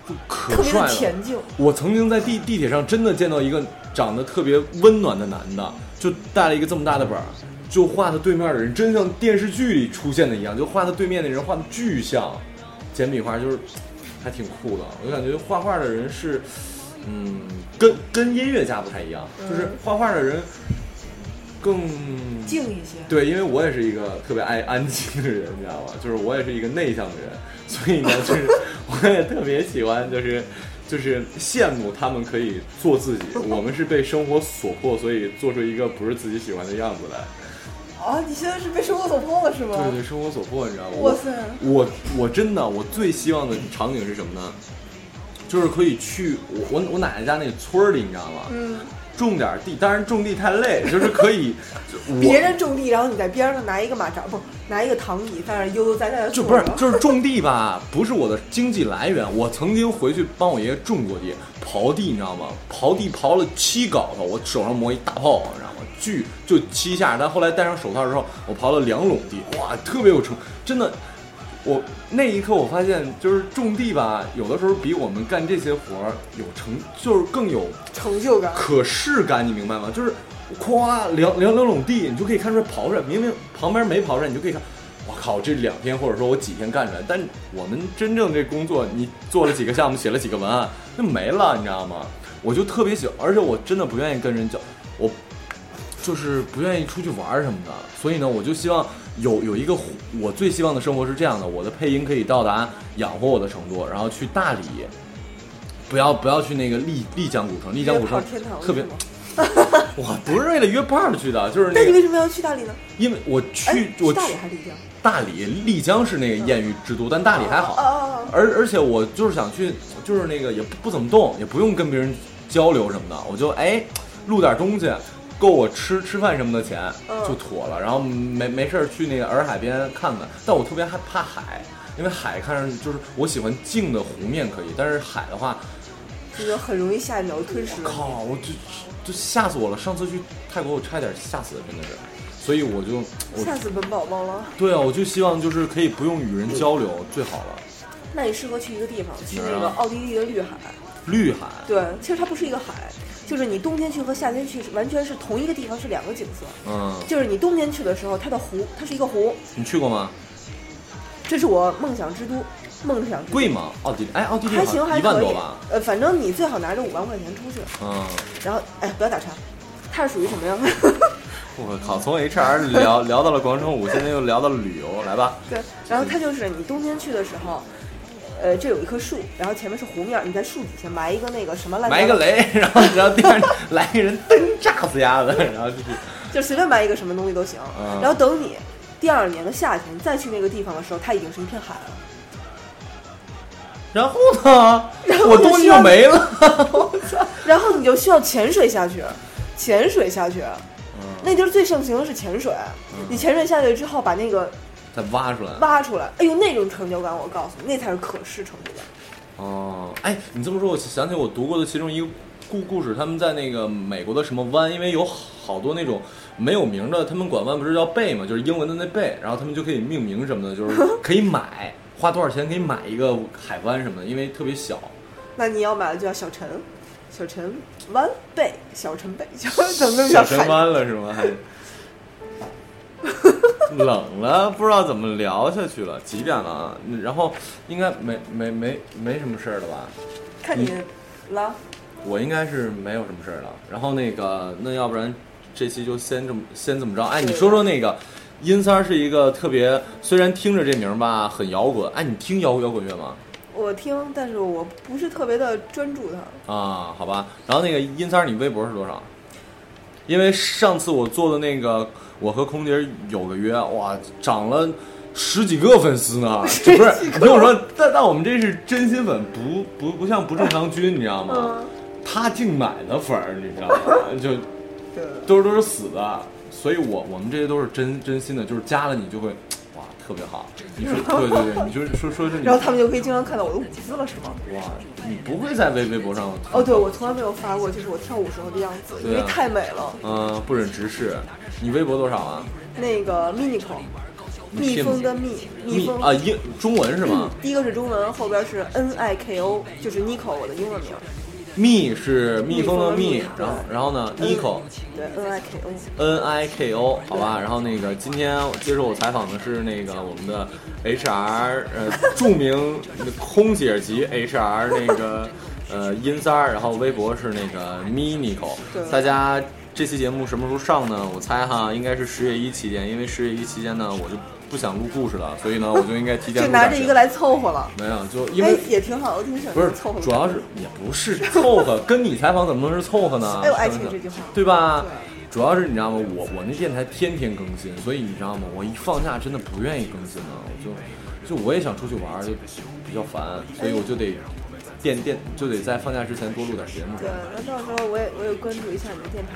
G: 就可
E: 特别
G: 帅
E: 的
G: 了。
E: 前进，
G: 我曾经在地地铁上真的见到一个长得特别温暖的男的，就带了一个这么大的本儿，就画他对面的人，真像电视剧里出现的一样，就画他对面的人画的巨像，简笔画就是还挺酷的。我就感觉画画的人是，嗯，跟跟音乐家不太一样，就是画画的人更
E: 静一些。
G: 对，因为我也是一个特别爱安静的人，你知道吗？就是我也是一个内向的人，所以呢，就是 我也特别喜欢，就是就是羡慕他们可以做自己。我们是被生活所迫，所以做出一个不是自己喜欢的样子来。
E: 啊，你现在是被生活所迫了是吗？
G: 对对，生活所迫，你知道吗？
E: 哇塞
G: 我我真的我最希望的场景是什么呢？就是可以去我我我奶奶家那村儿里，你知道吗？
E: 嗯，
G: 种点儿地，当然种地太累，就是可以 就我
E: 别人种地，然后你在边上拿一个马扎，不拿一个躺椅，在那儿悠悠哉哉的
G: 就
E: 坐
G: 不是
E: 着。
G: 就是种地吧，不是我的经济来源。我曾经回去帮我爷爷种过地，刨地，你知道吗？刨地刨了七镐头，我手上磨一大泡，你知道吗？巨就七下，但后来戴上手套之后，我刨了两垄地，哇，特别有成，真的。我那一刻我发现，就是种地吧，有的时候比我们干这些活儿有成，就是更有
E: 成就感。
G: 可视感，你明白吗？就是夸两两两垄地，你就可以看出来刨出来，明明旁边没刨出来，你就可以看，我靠，这两天或者说我几天干出来，但我们真正这工作，你做了几个项目，写了几个文案，那没了，你知道吗？我就特别喜欢，而且我真的不愿意跟人交，我就是不愿意出去玩儿什么的，所以呢，我就希望有有一个活我最希望的生活是这样的：我的配音可以到达养活我的程度，然后去大理，不要不要去那个丽丽江古城，丽江古城
E: 约炮天堂
G: 特别
E: 是吗，
G: 我不是为了约炮去的，就是
E: 那你
G: 那个，
E: 为什么要去大理呢？
G: 因为我去
E: 哎
G: 我
E: 大理
G: 去
E: 还是丽江？
G: 大理丽江是那个艳遇之都，但大理还好
E: 哦，哦
G: 而而且我就是想去，就是那个也不不怎么动，也不用跟别人交流什么的，我就哎录点东西，够我吃吃饭什么的钱
E: 嗯
G: 就妥了。然后没没事儿去那个洱海边看看，但我特别害怕海，因为海看上去就是我喜欢静的湖面可以，但是海的话，
E: 这个很容易下一秒就吞噬了你。
G: 靠，我就就吓死我了。上次去泰国我差一点吓死，真的是。所以我就
E: 吓
G: 我
E: 死本宝宝了。
G: 对啊，我就希望就是可以不用与人交流最好了。
E: 那你适合去一个地方，去
G: 哪儿啊
E: 那个奥地利的绿海。
G: 绿海，
E: 对，其实它不是一个海，就是你冬天去和夏天去是完全是同一个地方，是两个景色。
G: 嗯，
E: 就是你冬天去的时候，它的湖，它是一个湖，
G: 你去过吗？
E: 这是我梦想之都，梦想之都。
G: 贵吗？奥地利，哎，奥地利
E: 还
G: 好像
E: 行，还
G: 一万
E: 可
G: 多
E: 以
G: 吧？。
E: 呃，反正你最好拿着五万块钱出去，
G: 嗯，
E: 然后哎，不要打岔，它是属于什么样的？
G: 我靠，从 HR 聊 聊到了广场舞，现在又聊到了旅游，来吧。
E: 对，然后它就是你冬天去的时候，呃，这有一棵树，然后前面是湖面儿，你在树底下埋一个那个什么烂，
G: 埋一个，雷，然后然后第二天来一个人噔炸死丫的，然后就是
E: 就随便埋一个什么东西都行。
G: 嗯
E: 然后等你第二年的夏天再去那个地方的时候，它已经是一片海了。
G: 然后呢，
E: 然后
G: 我
E: 就
G: 东西
E: 需要
G: 就
E: 你
G: 没了。
E: 然后你就需要潜水下去，潜水下去，那地儿最盛行的是潜水。你潜水下去之后，把那个
G: 再挖出来。
E: 挖出来，哎呦，那种成就感，我告诉你，那才是可视成就感。
G: 哦，哎，你这么说，我想起我读过的其中一个故故事，他们在那个美国的什么湾，因为有好多那种没有名的，他们管湾不是叫贝嘛，就是英文的那贝，然后他们就可以命名什么的，就是 可以买，花多少钱可以买一个海湾什么的，因为特别小。
E: 那你要买的就叫小陈，小陈弯背，小陈背， 小怎么那么像
G: 神
E: 海？
G: 湾了 是吗？还冷了，不知道怎么聊下去了，几点了啊？然后应该没没没没什么事儿了吧？
E: 看你了，
G: 我应该是没有什么事儿了。然后那个，那要不然这期就先这么先这么着。哎，
E: 对
G: 你说说那个，阴三儿是一个特别，虽然听着这名儿吧很摇滚。哎，你听摇摇滚乐吗？
E: 我听，但是我不是特别的专注它。
G: 啊，好吧。然后那个阴三儿，你微博是多少？因为上次我做的那个，我和空姐有个约，哇，涨了十几个粉丝 呢。这不是，你听我说，但但我们这是真心粉，不不不像不正常军，你知道吗？
E: 嗯，
G: 他净买的粉儿，你 知道吗？就
E: 对，
G: 都是都是死的，所以我我们这些都是真真心的，就是加了你就会，哇，特别好。你说对对对，你就说说是你，
E: 然后他们就可以经常看到我的舞姿了，是吗？
G: 哇，你不会在微微博上
E: 哦，对，我从来没有发过，就是我跳舞时候的样子，因
G: 对啊
E: 为太美了。
G: 嗯、不忍直视。你微博多少啊？
E: 那个 minico，蜜蜂的蜜，蜜蜂嗯
G: 啊，英中文是吗？
E: 第一个是中文，后边是 N I K O，就是 Nico 我的英文名。
G: 蜜是蜜蜂的蜜
E: 蜜蜂，的蜜
G: 然后然后呢
E: 嗯
G: ，Nico
E: 对 N I K O。
G: N I K O 好吧。然后那个今天接受我采访的是那个我们的 H R 呃 著名空姐级 H R 那个呃音三儿，然后微博是那个 Minico
E: 对。
G: 大家这期节目什么时候上呢？我猜哈应该是十月一期间，因为十月一期间呢我就不想录故事了，所以呢我就应该提前
E: 就
G: 录
E: 拿
G: 点
E: 着一
G: 节
E: 个
G: 目
E: 来凑合了，
G: 没有就因
E: 哎
G: 为，
E: 也挺好，我挺喜欢
G: 不是
E: 凑合，的。
G: 主要是也不是凑合，跟你采访怎么能是凑合呢？
E: 哎我爱
G: 真的
E: 听这句话
G: 对吧？
E: 对
G: 主要是你知道吗？我我那电台天天更新，所以你知道吗？我一放假真的不愿意更新了，我就就我也想出去玩儿，就比较烦，所以我就得电电就得在放假之前多录点节目。
E: 对，那到时候我也我也关注一下你的电台。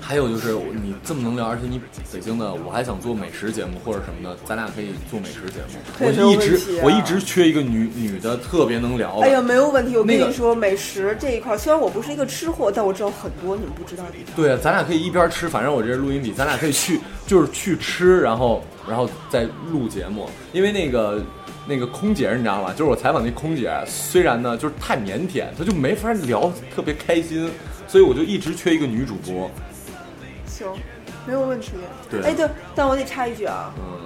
G: 还有就是我你这么能聊，而且你北京的，我还想做美食节目或者什么的，咱俩可以做美食节目。
E: 可
G: 我
E: 以没有
G: 一
E: 问题
G: 直
E: 啊
G: 我一直缺一个女女的特别能聊的。
E: 哎呀，没有问题，我跟
G: 哦那个
E: 你说，美食这一块儿，虽然我不是一个吃货，但我知道很多你们不知道的地方。
G: 对啊，咱俩可以一边吃，反正我这是录音笔，咱俩可以去，就是去吃，然后然后再录节目。因为那个那个空姐儿，你知道吧？就是我采访那空姐儿，虽然呢就是太腼腆，她就没法聊特别开心，所以我就一直缺一个女主播。
E: 行，没有问题。
G: 嗯对
E: 哎对，但我得插一句啊，
G: 嗯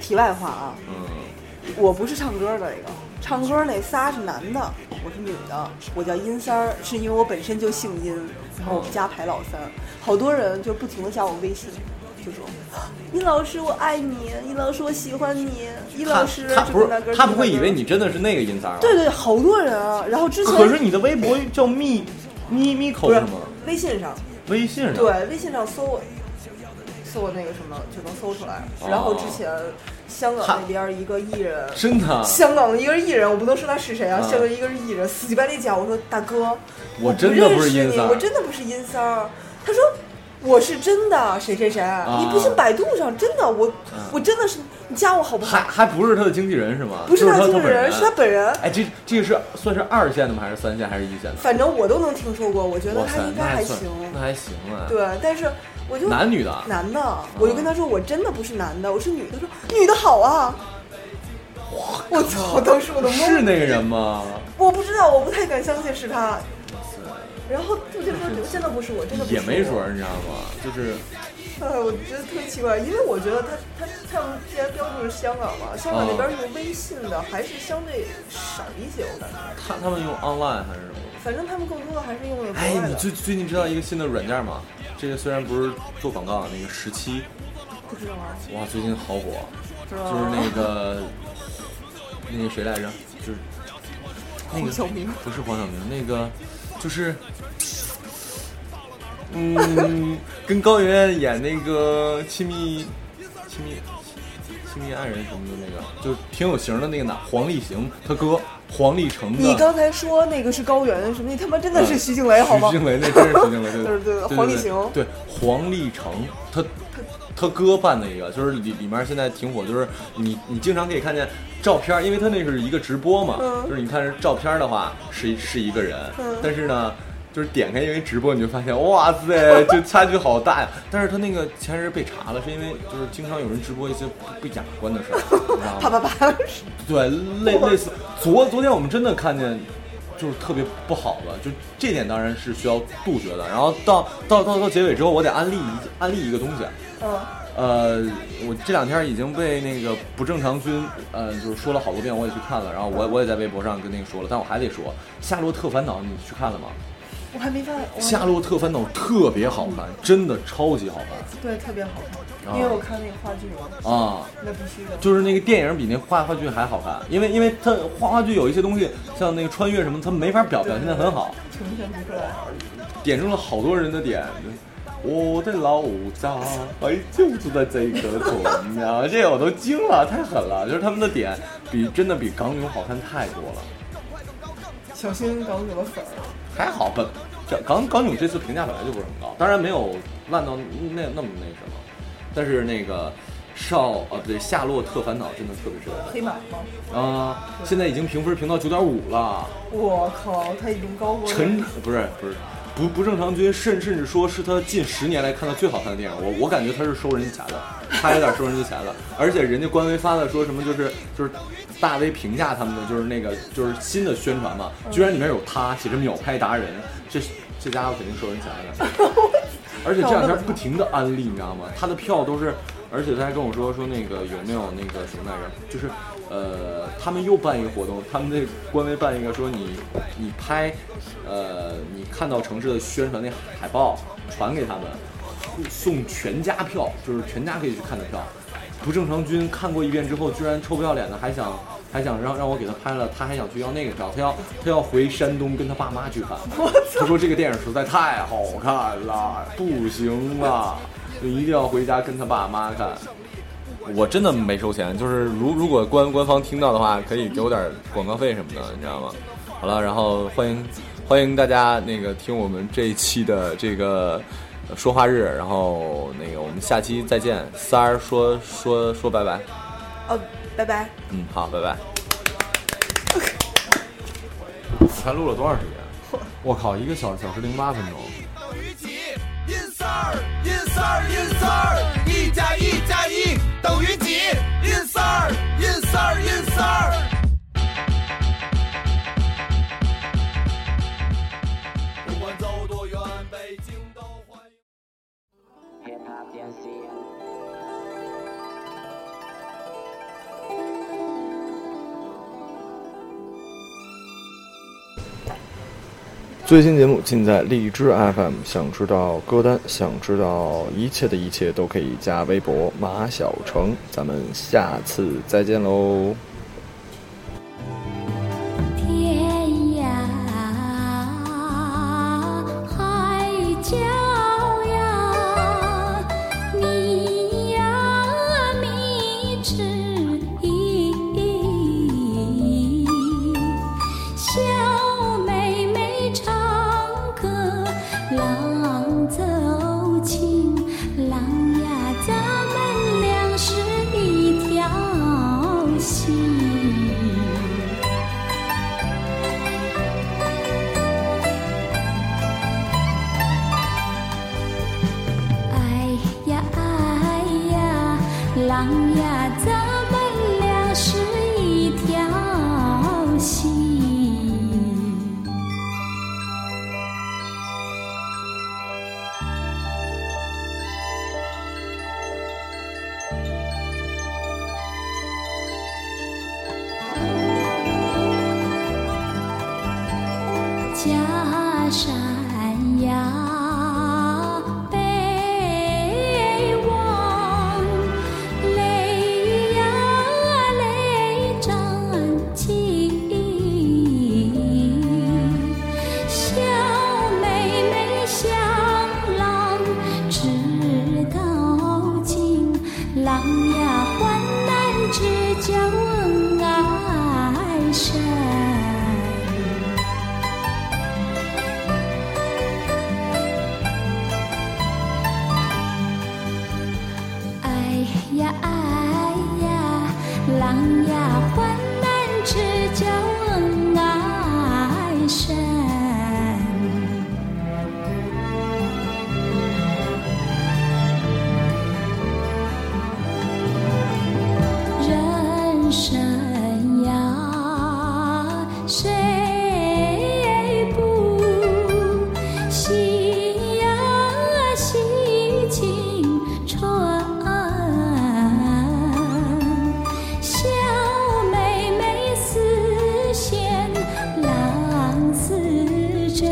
E: 题外话啊，
G: 嗯，
E: 我不是唱歌的那个，唱歌那仨是男的，我是女的，我叫殷三儿，是因为我本身就姓殷，然后我们家排老三，好多人就不停的加我微信，就说。 殷老师，我爱你！殷老师，我喜欢你！殷老
G: 她
E: 师，
G: 她不
E: 这个那
G: 是
E: 个
G: 她不会
E: 这个
G: 以
E: 那个
G: 为你真的是那个音三儿吧？啊
E: 对对，好多人啊。然后之前
G: 可是你的微博叫咪咪咪口
E: 不
G: 是
E: 是
G: 吗？
E: 微信上，
G: 微信上
E: 啊对，微信上搜我，搜我那个什么就能搜出来。
G: 哦
E: 然后之前香港那边一个艺人，
G: 真的啊，
E: 香港的一个艺人，我不能说他是谁啊，
G: 啊
E: 香港一个艺人死乞白赖讲，我说大哥，
G: 我
E: 不
G: 真的不
E: 认
G: 是
E: 识
G: 音
E: 你，
G: 三儿
E: 我真的不是阴三儿。他说我是真的谁谁谁，啊
G: 啊
E: 你不信百度上真的我，我真的是你加我好不
G: 还
E: 好？
G: 还不是他的经纪人是吗？
E: 不是
G: 就是
E: 他
G: 他
E: 经纪
G: 本
E: 人，是他本人。
G: 哎，这这个是算是二线的吗？还是三线？还是一线的？
E: 反正我都能听说过，我觉得
G: 哇塞
E: 他，应该
G: 那
E: 还
G: 算
E: 行。
G: 那还行啊。，
E: 对，但是我就
G: 男女的啊，
E: 男的，我就跟他说我真的不是男的，我是女的。他说女的好啊，我操！当时我都懵了
G: 是那个人吗？
E: 我不知道，我不太敢相信是他。然后我就说真的不是我，真的不是
G: 也
E: 我
G: 没准儿，你知道吗？就是
E: 哎， 我觉得特别奇怪，因为我觉得他他他们既然标注是香港嘛，香港那
G: 哦
E: 边用微信的还是相对少一些，我感觉。
G: 他他们用 online 还是什么？
E: 反正他们更多的还是用的国
G: 哎，
E: 外的，
G: 你最最近知道一个新的软件吗？这个虽然不是做广告，那个十七，
E: 不知道啊，
G: 哇，最近好火，
E: 知道啊
G: 就是那个那个谁来着？就是那个
E: 黄晓明
G: 不是黄晓明，那个就是。嗯，跟高圆圆演那个亲密、亲密、亲密爱人什么的那个，就挺有型的那个男黄立行，他哥黄立成的。
E: 你刚才说那个是高原什么，你他妈真的是徐静蕾好吗
G: 嗯徐？静蕾那真是徐静蕾，对
E: 对对
G: 对，
E: 黄立行
G: 对黄立成，他他哥办的一个，就是里里面现在挺火，就是你你经常可以看见照片，因为他那是一个直播嘛，
E: 嗯
G: 就是你看照片的话是是一个人，
E: 嗯
G: 但是呢。就是点开因为直播，你就发现哇塞， 就差距好大呀！但是他那个前日被查了，是因为就是经常有人直播一些不不雅观的事儿，你 知道吗
E: 啪啪啪！
G: 对，类类似昨昨天我们真的看见，就是特别不好的，就这点当然是需要杜绝的。然后到到到到结尾之后，我得安利一安利一个东西。啊
E: 嗯，
G: 呃，我这两天已经被那个不正常君，呃，就是说了好多遍，我也去看了，然后我我也在微博上跟那个说了，但我还得说，《夏洛特烦恼》你去看了吗？
E: 我还没发，我
G: 《夏洛特烦恼》特别好看，真的超级好
E: 对特别好
G: 啊
E: 看，因为我看那个话剧嘛，
G: 看啊！
E: 那必须的。
G: 就是那个电影比那画话剧还好看，因为因为它画话剧有一些东西，像那个穿越什么，它没法表表现的很好，
E: 呈现不出来，
G: 点中了好多人的点。我的老家哎，就住在这个屯啊，这我都惊了，太狠了！就是他们的点比真的比港囧好看太多了，
E: 小心搞你的粉儿。
G: 还好本这港港囧这次评价本来就不是很高，当然没有烂到那那么那什么，但是那个少啊不对夏洛特烦恼真的特 别值得看。
E: 黑马吗？
G: 啊、现在已经评分评到九点五了。
E: 我靠，他已经高过了
G: 陈不是不是不不正常君，甚甚至说是他近十年来看到最好看的电影。我我感觉他是收人家钱的，他有点收人家钱了。而且人家官微发的说什么就是就是大 V 评价他们的就是那个就是新的宣传嘛，居然里面有他写着秒拍达人，这这家伙肯定收人钱了。而且这两天不停的安利，你知道吗？他的票都是，而且他还跟我说说那个有没有那个什么来着，就是呃，他们又办一个活动，他们那官微办一个说你你拍，呃，你看到城市的宣传那海报传给他们，送全家票，就是全家可以去看的票。不正常君看过一遍之后，居然臭不要脸的还想还想让让我给他拍了，他还想去要那个票，他要他要回山东跟他爸妈去看。他说这个电影实在太好看了，不行了，就一定要回家跟他爸妈看。我真的没收钱，就是如如果官官方听到的话，可以给我点广告费什么的，你知道吗？好了，然后欢迎欢迎大家那个听我们这一期的这个呃说话日，然后那个我们下期再见，三儿说说说拜拜，
E: 哦，拜拜。
G: 嗯，好，拜拜。才录了多长时间？我靠，一个小小时零八分钟。
H: 阴三儿，阴三儿，阴三儿，一加一加一等于几？阴三儿，阴三儿，阴三儿。不管走多远，北京都欢迎。
I: hip hop DNC.
J: 最新节目尽在荔枝 FM。想知道歌单，想知道一切的一切，都可以加微博马小成。咱们下次再见喽！
K: 天涯海角呀，你呀迷之意，小妹妹唱歌郎奏琴。心。哎呀哎呀，郎呀，咱们俩是一条心。家山呀，北望泪呀泪沾襟，小妹妹小郎直到今，郎呀患难之交恩爱深。哎呀哎呀，郎呀，患难之交恩爱深。人生呀，谁不喜呀喜青春？小妹妹丝线郎似针，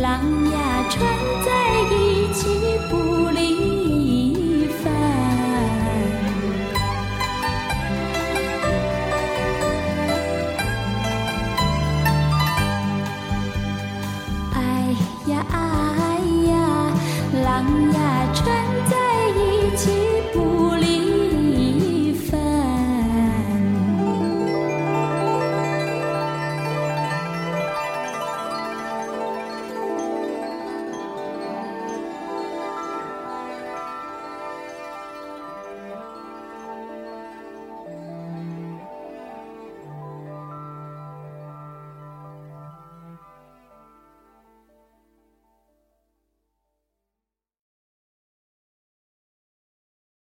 K: 郎呀穿在。哎